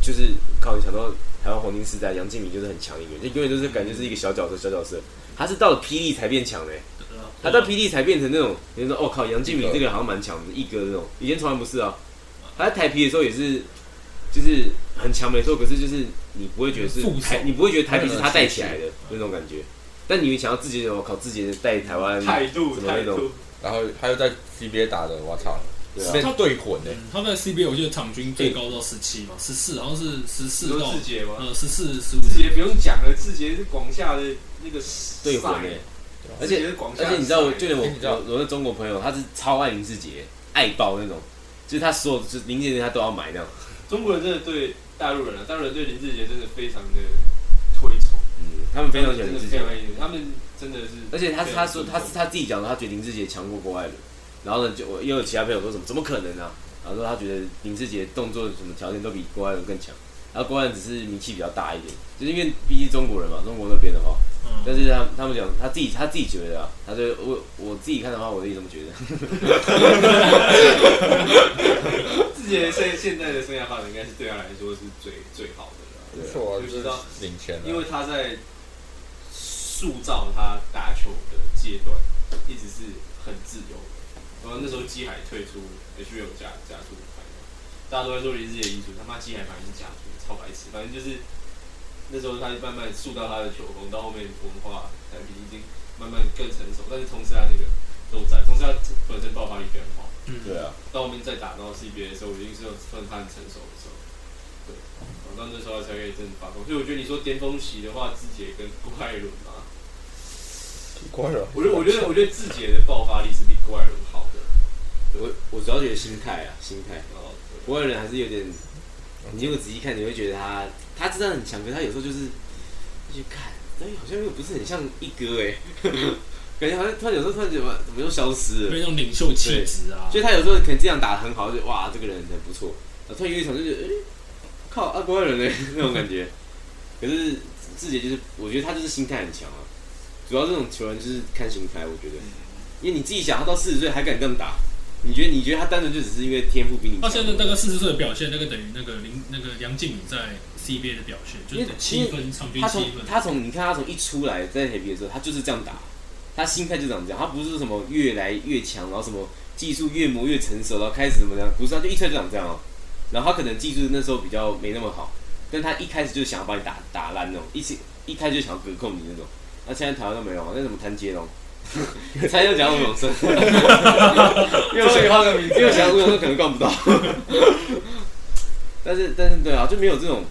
Speaker 2: 就是靠你想到台湾黄金时代，杨敬敏就是很强一个人，就永远都是感觉是一个小角色小角色。他是到了霹雳才变强的、欸他
Speaker 3: 啊
Speaker 2: 到霹雳才变成那种，你说哦靠，杨敬敏这个好像蛮强的，一哥这种，以前从来不是啊。他在台皮的时候也是，就是很强没错，可是就是你不会觉得是
Speaker 3: 副手
Speaker 2: 台，你不会觉得台北是他带起来的那种感觉。但你想要自己我哦靠自己带台湾，
Speaker 6: 态度
Speaker 2: 怎么那
Speaker 6: 态
Speaker 2: 种
Speaker 6: 度，
Speaker 4: 然后他又在 CBA 打的，我操，
Speaker 2: 对啊
Speaker 4: 被对混呢、
Speaker 3: 他们在 CBA 我记得场均最高到十七嘛，十四好像是十四
Speaker 6: 有
Speaker 3: 到
Speaker 6: 志杰吗？
Speaker 3: 呃十四十五。
Speaker 6: 志嗯杰不用讲了，志杰是广厦的那个
Speaker 2: 对混
Speaker 6: 赛
Speaker 2: 的。而且
Speaker 6: 志杰是广厦
Speaker 2: 而且
Speaker 6: 的
Speaker 2: 你知道我，
Speaker 6: 赛
Speaker 2: 就连我
Speaker 4: 你知道
Speaker 2: 我我的中国朋友，他是超爱林志杰，爱爆那种，就是他所有就是零件件他都要买那种。
Speaker 6: 中国人真的对大陆人啊，大陆人对林志杰真的非常的推崇，
Speaker 2: 嗯，他们非常喜欢
Speaker 6: 真
Speaker 2: 林
Speaker 6: 的
Speaker 2: 志
Speaker 6: 非
Speaker 2: 杰
Speaker 6: 常，爱他们真的是，
Speaker 2: 而且他他说
Speaker 6: 非
Speaker 2: 他
Speaker 6: 常
Speaker 2: 是
Speaker 6: 尊
Speaker 2: 他
Speaker 6: 重
Speaker 2: 自己讲的，他觉得林志杰强过国外人。然后呢，就我又有其他朋友说什么怎么可能啊？然后说他觉得林志杰动作什么条件都比国外人更强，然后国外人只是名气比较大一点，就是因为毕竟中国人嘛，中国那边的话，但
Speaker 3: 嗯，
Speaker 2: 是他他们讲他自己他自己觉得啊，他就我我自己看的话，我自己这么觉得。
Speaker 6: 志杰现现在的生涯发展应该是对他来说是最最好的
Speaker 4: 不
Speaker 6: 了，
Speaker 4: 错啊，
Speaker 6: 就
Speaker 4: 就是是
Speaker 6: 到
Speaker 4: 领先
Speaker 6: 因
Speaker 4: 了
Speaker 6: 为。他在塑造他打球的阶段一直是很自由的。然后那时候基海退出 HBO 加加速排嘛，大家都在说林志杰移出，他妈基海反正是加速，超白痴。反正就是那时候他就慢慢塑造他的球风，到后面文化产品已经慢慢更成熟，但是同时他啊那个都在，同时他本身爆发力非常好。
Speaker 2: 对啊，
Speaker 6: 到后面再打到 CBA 的时候，我已经是算他很成熟的时候，对，然后到那时候才可以真的发光。所以我觉得你说巅峰期的话，志杰跟郭艾伦嘛，
Speaker 4: 郭荣，
Speaker 6: 我觉得我觉得我觉得志杰的爆发力是比郭艾伦好的。
Speaker 2: 我我主要觉得心态啊，心态。
Speaker 6: 然后对
Speaker 2: 国外人还是有点，你如果仔细看，你会觉得他他真的很强，可是他有时候就是就去看，但好像又不是很像一哥哎、 感觉好像突然有时候突然怎么怎么又消失
Speaker 3: 被
Speaker 2: 了，
Speaker 3: 那种领袖气质啊
Speaker 2: 所，以他有时候可能这样打得很好，就哇这个人很不错，然后突然有一场就觉得哎、靠啊国外人呢、 那种感觉，可是志杰就是我觉得他就是心态很强啊，主要这种球员就是看心态，我觉得，因为你自己想他到四十岁还敢这样打，你觉得你觉得他单纯就只是因为天赋比你强
Speaker 3: 他现在大概四十岁的表现，那个等于那个林那个梁静茹在 CBA 的表现，就是七分场均
Speaker 2: 他从
Speaker 3: 七分，
Speaker 2: 他从你看他从一出来在 h a 的时候，他就是这样打，他心态就长这样，他不是什么越来越强，然后什么技术越磨越成熟，然后开始怎么样，不是，他就一出来就长这样哦。然后他可能技术那时候比较没那么好，但他一开始就想要把你打打烂那种，一起一开始就想要隔空你那种。那现在台湾都没有啊，那什么谭杰龙，才又讲吴永生，又想换个名字，又想吴永生可能办不到。 但是但是对啊，就没有这种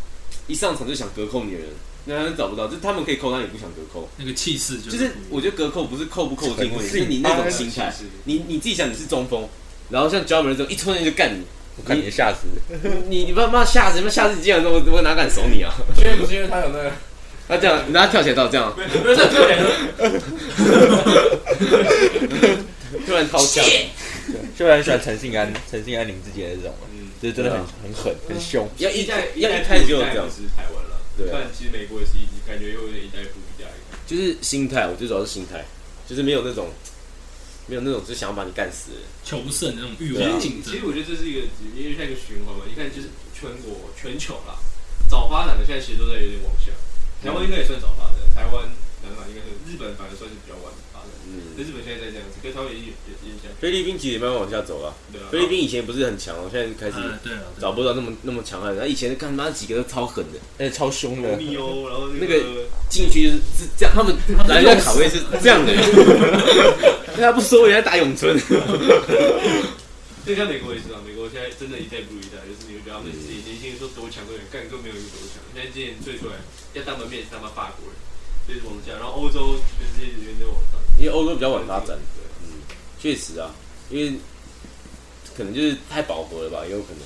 Speaker 2: 一上场就想隔扣你的人，那他找不到，就是他们可以扣，但也不想隔扣。
Speaker 3: 那个气势就
Speaker 2: 就是是我觉得隔扣不是扣不扣进，问题，是你那种心态。你你自己想你是中锋，然后像 j o b 这种一冲进去就干你，
Speaker 4: 我看你吓死。
Speaker 2: 你你他妈吓死，他妈吓死你竟然说我我哪敢守你啊？
Speaker 4: 因为不是因为他有 那个，
Speaker 2: 他这样，然后他跳起来到这样，突然掏枪，
Speaker 4: 就很喜欢陈信安，陈信安林志杰的这种，
Speaker 6: 嗯，
Speaker 4: 就是真的很很狠，很凶。
Speaker 2: 要一
Speaker 6: 一代
Speaker 2: 要
Speaker 6: 代
Speaker 2: 一
Speaker 6: 不
Speaker 2: 开始就有
Speaker 6: 一代
Speaker 2: 这样
Speaker 6: 不，是台湾了，
Speaker 2: 对啊
Speaker 6: 但其实美国也是一直感觉又有点一代不一代。
Speaker 2: 就是心态，我最主要是心态，就是没有那种没有那种就想要把你干死的人。
Speaker 3: 求胜的那种欲
Speaker 2: 对啊
Speaker 3: 望
Speaker 6: 其实
Speaker 3: 竞
Speaker 6: 其
Speaker 3: 争
Speaker 6: 实。我觉得这是一个，因为像一个循环嘛。你看，就是全国、全球啦，早发展的现在其实都在有点往下。
Speaker 2: 嗯
Speaker 6: 台湾应该也算早发展，台湾、南法应该是，日本反而算是比较晚发展。
Speaker 2: 嗯，
Speaker 6: 那日本现在在这样子，跟他们也也也这样，
Speaker 2: 菲律宾其实也慢慢往下走了，
Speaker 6: 对啊。
Speaker 2: 菲律宾以前不是很强哦，现在开始
Speaker 3: 嗯，对啊，对啊
Speaker 2: 找不到那么那么强悍的。他以前干妈几个都超狠的，
Speaker 4: 而且哎超凶
Speaker 6: 然后
Speaker 4: 的，
Speaker 6: 密欧，然后
Speaker 2: 那
Speaker 6: 那
Speaker 2: 个
Speaker 6: 个
Speaker 2: 进去就是是这样，他们来人家卡位是这样的，他不说人家打咏春，
Speaker 6: 就像美国也是啊，美国现在真的一代不如一代，就是你会觉得他们自己年轻人说多强多强，干更没有一个多强。现在今年最出来要当门面是他妈法国人，就是往下，然后欧洲就是一直原着往上，
Speaker 2: 因为欧洲比较晚发展，
Speaker 6: 对。
Speaker 2: 确实啊，因为可能就是太饱和了吧，也有可能，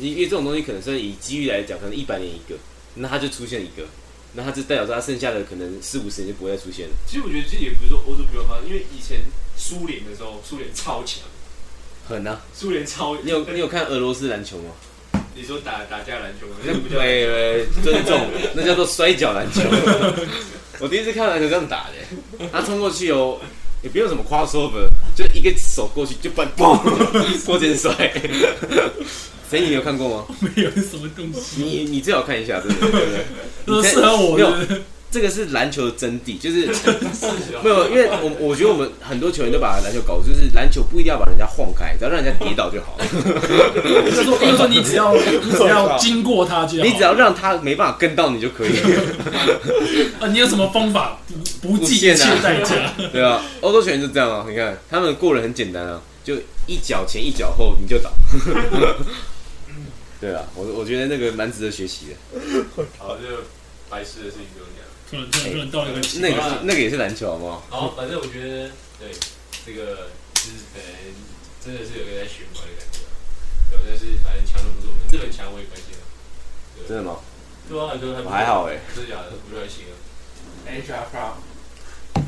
Speaker 2: 因因为这种东西可能算以机遇来讲，可能一百年一个，那他就出现一个，那他就代表说他剩下的可能四五十年就不会再出现了。
Speaker 6: 其实我觉得这也不是说欧洲不用发展，因为以前苏联的时候，苏联超强，
Speaker 2: 狠啊！
Speaker 6: 苏联超。
Speaker 2: 你有你有看俄罗斯篮球吗？
Speaker 6: 你说打打架篮球吗？那 不叫篮球。
Speaker 2: 喂喂，哎尊重，那叫做摔跤 篮球。我第一次看篮球这样打的，他冲过去哦，也不用什么 crossover，就一个手过去就把嘣 过肩摔。谁你有 看过吗？
Speaker 3: 没有什么东 西，
Speaker 2: 啊你你最好看一下，真的。真的
Speaker 3: 都适合我
Speaker 2: 没有
Speaker 3: 的。
Speaker 2: 这个是篮球的真谛，就是
Speaker 6: 是啊
Speaker 2: 没有，因为我我觉得我们很多球员都把篮球搞错，就是篮球不一定要把人家晃开，只 要让人家跌倒就好。
Speaker 3: 应该说，应该说你只要你只要经过他就好。
Speaker 2: 你只要让他没办法跟到你就可以了，
Speaker 3: 啊，你有什么方法不不计一切
Speaker 2: 不限啊
Speaker 3: 代价？
Speaker 2: 对啊，欧洲球员就这样啊，你看他们过人很简单啊，就一脚前一脚后你就倒。 对啊，我我觉得那个蛮值得学习的，
Speaker 6: 好，就白痴的事情不用讲。
Speaker 3: 突然突然突然到了一个奇怪
Speaker 2: 那个是那个也是篮球好不好？
Speaker 6: 好，反正我觉得对这个资本真的是有个在循环的感觉啊，对，但是反正强都不是我们，日本强我也关心啊，
Speaker 2: 真的吗？
Speaker 6: 对啊，很多还不
Speaker 2: 我还好哎、
Speaker 6: 真的假的，我不太行啊。
Speaker 5: HR Pro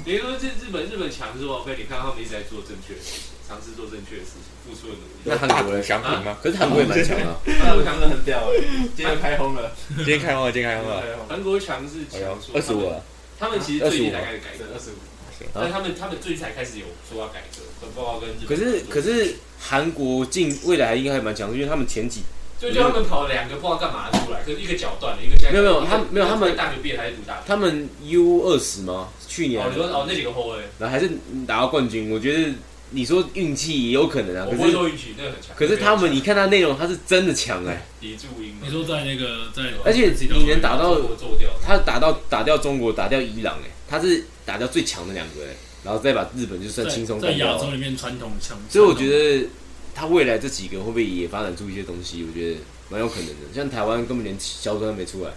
Speaker 6: 比如说这日本日本强是王菲，你看他们一直在做正确的事情，尝试做正确的事情，付出了努力。
Speaker 2: 那韩
Speaker 4: 大
Speaker 2: 国
Speaker 4: 股
Speaker 2: 人，
Speaker 4: 相平吗？
Speaker 2: 可是韩国也蛮强啊，
Speaker 5: 那我强哥很屌哎，今天开轰了，
Speaker 4: 今天开荒了，今天开荒了，
Speaker 5: 开轰了，
Speaker 6: 韩国强是强说
Speaker 2: 哎二十五了，啊
Speaker 6: 他们其实最近才开始改革
Speaker 5: 这，二十五，
Speaker 6: 但他们他们最近才开始有说要改革，都包括跟日本。
Speaker 2: 可是可是韩国进未来应该还蛮强，因为他们前几
Speaker 6: 就就他们跑两个不知道干嘛出来，可是一个脚断了，一个现在
Speaker 2: 没有没有
Speaker 6: 一个
Speaker 2: 他们没有他们
Speaker 6: 一个大学毕业还是读大学。
Speaker 2: 他们 U 二十吗？去年
Speaker 6: 哦，你说哦那几个后卫，
Speaker 2: 然后还是拿到冠军，我觉得你说运气也有可能啊。
Speaker 6: 我
Speaker 2: 可
Speaker 6: 不会
Speaker 2: 是
Speaker 6: 说运气，那个很强。
Speaker 2: 可是他们，你看他内容，他是真的强哎、
Speaker 6: 李柱英嘛，
Speaker 3: 你说在那个在，
Speaker 2: 而且你能打到
Speaker 6: 我做掉，
Speaker 2: 他打到打掉中国，打掉伊朗哎、他是打掉最强的两个哎、然后再把日本就算轻松
Speaker 3: 在在
Speaker 2: 干掉
Speaker 3: 亚洲
Speaker 2: 啊。
Speaker 3: 里面传统强，
Speaker 2: 所以我觉得他未来这几个会不会也发展出一些东西？我觉得蛮有可能的。像台湾根本连硝酸都没出来，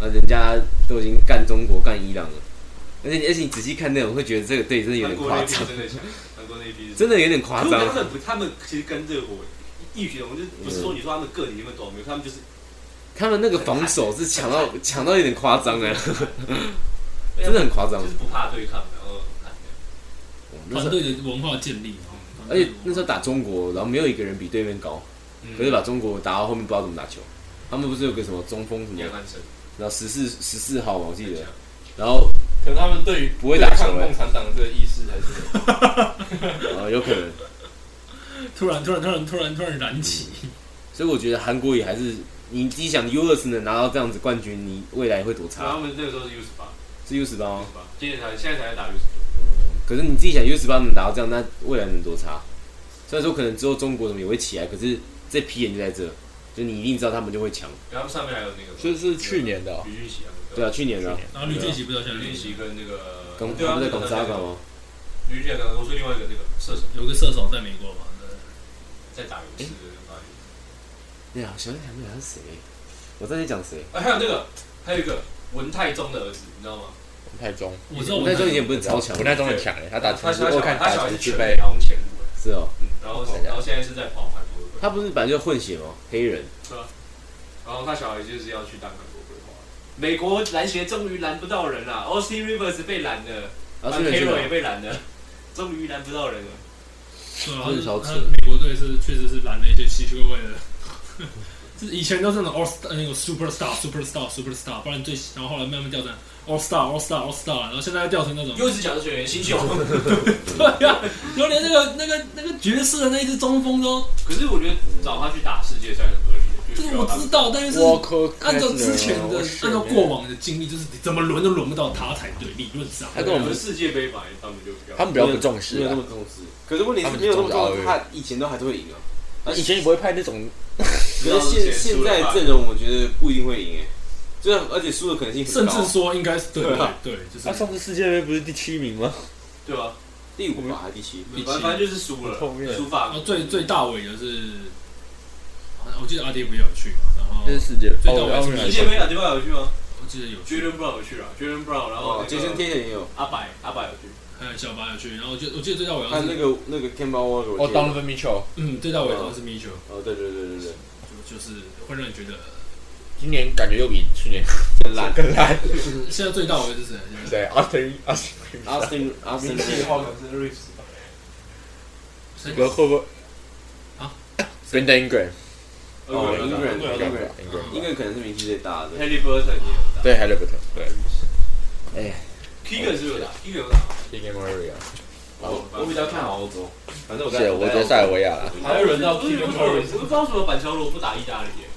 Speaker 2: 那人家都已经干中国、干伊朗了。而且而且你仔细看内容，会觉得这个队真的有
Speaker 6: 韩
Speaker 2: 点
Speaker 6: 国那
Speaker 2: 夸
Speaker 6: 批
Speaker 2: 张，
Speaker 6: 真的强，韩国那批是。
Speaker 2: 真的有点夸
Speaker 6: 可是
Speaker 2: 张
Speaker 6: 我觉得。他们不，他们其实跟热火异曲同工，就是不是说你说他们个体那么多没有，他们就是
Speaker 2: 他们那个防守是强 到强到有点夸张哎，真的很夸张
Speaker 6: 哎就。是不怕对抗，然后哎
Speaker 2: 那时
Speaker 3: 团
Speaker 2: 候，
Speaker 3: 队的文化建立嘛，
Speaker 2: 而且那时候打中国，然后没有一个人比对面高，
Speaker 6: 嗯
Speaker 2: 可是把中国打到后面不知道怎么打球。他们不是有个什么中锋什么，
Speaker 6: 杨汉生
Speaker 2: 然后十四十四号嘛，我记
Speaker 6: 很
Speaker 2: 得
Speaker 6: 强，，
Speaker 2: 然后
Speaker 5: 可能他们对于
Speaker 2: 不会打球
Speaker 5: 对抗
Speaker 2: 哎
Speaker 5: 共产党的这个意识还是有
Speaker 2: 呃有可能，
Speaker 3: 突然突然突然突然突然燃起，
Speaker 2: 嗯所以我觉得韩国也还是你自己想 U 二十能拿到这样子冠军，你未来会多
Speaker 6: 然
Speaker 2: 差？
Speaker 6: 后他们那个时候是 U 十八
Speaker 2: 是 U 十八吗
Speaker 6: ，U？十八，今年才现在才在打 U 十九，
Speaker 2: 可是你自己想 U 十八能达到这样，那未来能多差？虽然说可能之后中国什么也会起来，可是这批人就在这，就你一定知道他们就会强。
Speaker 6: 然后他们上面还有那个
Speaker 4: 这是去年的哦，
Speaker 6: 吕俊熙啊，
Speaker 2: 对啊，去年啊，
Speaker 3: 然后吕俊熙不知道现在
Speaker 6: 吕俊熙
Speaker 3: 有
Speaker 6: 跟那个
Speaker 2: 刚
Speaker 6: 对
Speaker 2: 他
Speaker 6: 啊
Speaker 2: 们在
Speaker 6: 那
Speaker 2: 搞
Speaker 6: 个
Speaker 2: 沙港吗？
Speaker 6: 吕俊熙刚刚说另外一个那个射手
Speaker 3: 有个射手在美国嘛，
Speaker 6: 在打游戏的那个发言
Speaker 2: 对啊，想想那个人是谁？我在那讲谁？
Speaker 6: 啊，还有那个，还有一个文泰中的儿子，你知道吗？
Speaker 4: 太中，
Speaker 3: 对我知道我
Speaker 2: 那
Speaker 3: 们
Speaker 2: 时候以前不是超强
Speaker 4: 我，那中很强哎，他打球
Speaker 6: 他他
Speaker 4: 是
Speaker 6: 小
Speaker 4: 我
Speaker 6: 孩
Speaker 4: 看
Speaker 6: 他
Speaker 4: 打
Speaker 6: 小孩
Speaker 4: 球
Speaker 6: 是
Speaker 4: 是
Speaker 6: 全
Speaker 4: 被
Speaker 6: 美，然后前五位，
Speaker 2: 是哦，
Speaker 6: 嗯，然后然后现在是在跑韩国
Speaker 2: 他
Speaker 6: 队，
Speaker 2: 不是本来就混血吗？黑人，
Speaker 6: 然后他小孩就是要去当韩国队。美国篮协终于拦不到人了，O.C. Rivers 被拦了
Speaker 2: 然后
Speaker 6: c
Speaker 2: 啊是
Speaker 6: a
Speaker 2: 人去
Speaker 6: r o 也
Speaker 2: 哪？
Speaker 6: 被拦了， 终于拦不到人了。
Speaker 3: 对
Speaker 2: 真的
Speaker 3: 啊
Speaker 2: 超，
Speaker 3: 他
Speaker 2: 扯
Speaker 3: 他美国队是确实是拦了一些奇奇怪怪的， 就是以前都是那种 all star 那种 super star super star super star，不然最然后后来慢慢掉成 all star all star all star，然后现在掉成那种
Speaker 6: 优质角色球员新秀，
Speaker 3: 对啊，就连那个那个那个爵士的那一只中锋都，
Speaker 6: 可是我觉得找他去打世界赛很合理，
Speaker 3: 这
Speaker 6: 就是需
Speaker 3: 个
Speaker 6: 要
Speaker 3: 我
Speaker 6: 他
Speaker 3: 知道，但是
Speaker 4: 我可
Speaker 3: 按照之前的按照过，往的经历，就是你怎么轮都轮不到他才对，理论上。
Speaker 4: 他跟我
Speaker 6: 啊们
Speaker 4: 们
Speaker 6: 世界杯吧，他们就不要
Speaker 4: 他。们比较不重视
Speaker 2: 没有那
Speaker 4: 啊
Speaker 2: 么。重视。可是问题
Speaker 4: 他
Speaker 2: 是
Speaker 4: 们
Speaker 2: 没有那么
Speaker 4: 中国
Speaker 2: 重视，
Speaker 4: 奥
Speaker 2: 他以前都还是会赢啊。
Speaker 4: 那以前也不会派那种
Speaker 2: 可是现现在的阵容，我觉得不一定会赢诶，就是而且输的可能性很
Speaker 3: 甚
Speaker 2: 高啊
Speaker 3: 至说应该是对
Speaker 2: 对
Speaker 3: 对
Speaker 2: 啊
Speaker 3: 对，就
Speaker 4: 他
Speaker 3: 是
Speaker 4: 上次世界杯不是第七名吗？
Speaker 6: 对吧？
Speaker 2: 第五吧，还是第七？
Speaker 6: 反正反正就是输了，
Speaker 4: 后面
Speaker 6: 输法
Speaker 3: 然
Speaker 2: 哦
Speaker 3: 后最最大尾的是，好像我记得阿迪也不也有去嘛，然后
Speaker 4: 这是世界
Speaker 3: 最大
Speaker 4: 哦
Speaker 3: 尾是
Speaker 4: 奥运
Speaker 3: 世
Speaker 6: 世
Speaker 4: 来
Speaker 6: 界
Speaker 4: 说
Speaker 6: 杯啊，对吧？有去吗
Speaker 3: 我记得有去，
Speaker 6: ？Jordan Brown 有去啊，Jordan Brown，然后
Speaker 2: 哦，杰森天也有，
Speaker 6: 阿柏，阿柏有去，
Speaker 3: 还呃有小巴有去，然后我记得我记得最大尾好
Speaker 2: 看
Speaker 3: 像
Speaker 2: 那
Speaker 3: 是
Speaker 2: 个那个 c a m b a Walker，我
Speaker 4: 哦
Speaker 2: 记得
Speaker 4: ，Donovan Mitchell
Speaker 3: 嗯最大尾好像是 Mitchell，
Speaker 2: 哦，对对对对对，
Speaker 3: 就就是会让你觉得
Speaker 4: 今年感觉又比去 年
Speaker 2: 真烂。
Speaker 4: 更烂。
Speaker 3: 现在最大尾是谁？
Speaker 4: 对，Austin Austin，
Speaker 2: Austin
Speaker 5: 名气的
Speaker 2: Austin
Speaker 5: 话，可能是 r i p s 吧，
Speaker 3: 谁
Speaker 4: 然后会不会
Speaker 3: 啊
Speaker 4: ？Brandon Ingram，
Speaker 2: 哦，Ingram Ingram
Speaker 4: Ingram，Ingram，
Speaker 2: Ingram 可能是名气最大的。
Speaker 6: Haley Burton 也有打，
Speaker 4: 对 h a l i b u r t o n 对
Speaker 6: ，Keegan 是有打，Keegan 有打，
Speaker 4: ，Keegan Murray 啊，
Speaker 5: 我我比较看好欧洲，
Speaker 2: 哦反正我
Speaker 4: 是，
Speaker 2: 在
Speaker 4: 我觉得塞尔维亚啦。
Speaker 5: 还有人到
Speaker 6: 我不
Speaker 5: Keegan
Speaker 6: 知道为
Speaker 5: Murray，
Speaker 6: 什么板桥罗不打意大利耶，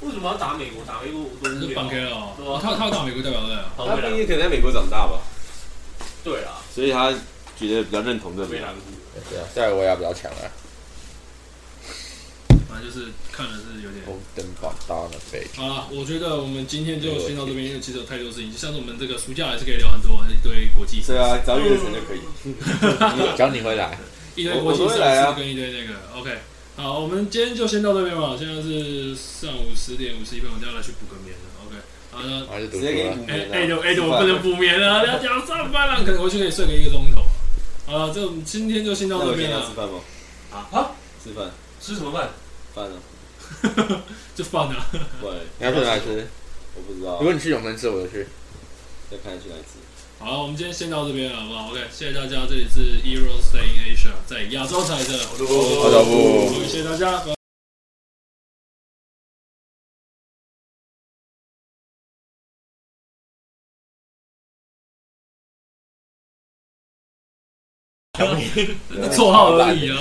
Speaker 6: 为什么要打美国？打美国我多无
Speaker 3: 是
Speaker 6: 聊
Speaker 3: 放
Speaker 6: 啊。
Speaker 3: 开了
Speaker 6: 对啊
Speaker 3: 哦，他他有打美国代表队啊，
Speaker 6: 好
Speaker 2: 他
Speaker 6: 被
Speaker 2: 毕
Speaker 6: 狼
Speaker 2: 业可能在美国长大吧，
Speaker 6: 对啊，
Speaker 2: 所以他觉得比较认同这
Speaker 6: 被
Speaker 2: 边。
Speaker 6: 狼顾。
Speaker 4: 对啊，塞尔维亚比较强啊，
Speaker 3: 反正就是看了是有
Speaker 2: 哦
Speaker 3: 点。
Speaker 4: 红灯榜大了飞。
Speaker 3: 好了，我觉得我们今天就先到这边，因为其实有太多事情，像是我们这个暑假还是可以聊很多一堆国际，
Speaker 2: 对啊，只要月神就可以。
Speaker 4: 只要你会来，
Speaker 3: 一堆国际赛事跟一堆那个。OK，好，我们今天就先到这边吧。现在是上午十点五十一分，我就要来去补个眠了。OK，好的。
Speaker 4: 我还是读
Speaker 2: 直
Speaker 4: 书啊
Speaker 2: 接给
Speaker 4: 了。
Speaker 2: 你啊
Speaker 3: 哎
Speaker 2: 免
Speaker 3: 哎
Speaker 2: 了
Speaker 3: 呦哎呦，我不能补眠了，要讲上班啊了，可能回去可以睡个一个钟头。好了，这我们今天就先
Speaker 2: 那
Speaker 3: 到
Speaker 2: 我
Speaker 3: 这
Speaker 2: 今天
Speaker 3: 边
Speaker 2: 要吃
Speaker 3: 了，
Speaker 2: 饭吗？
Speaker 6: 啊啊！
Speaker 2: 吃饭，
Speaker 6: 吃什么饭？
Speaker 2: 饭呢？
Speaker 3: 就啊放了。
Speaker 2: 不然
Speaker 4: 你要去哪里吃？
Speaker 2: 我不知道
Speaker 4: 如，果你去永生吃，我就去。
Speaker 2: 要看去哪里吃。
Speaker 3: 好了，我们今天先到这边了，好不好？OK，谢谢大家，这里是 Euro Stay in Asia，在亚洲彩色，
Speaker 4: 我走不。
Speaker 3: OK，谢谢大 家。绰号而已啊。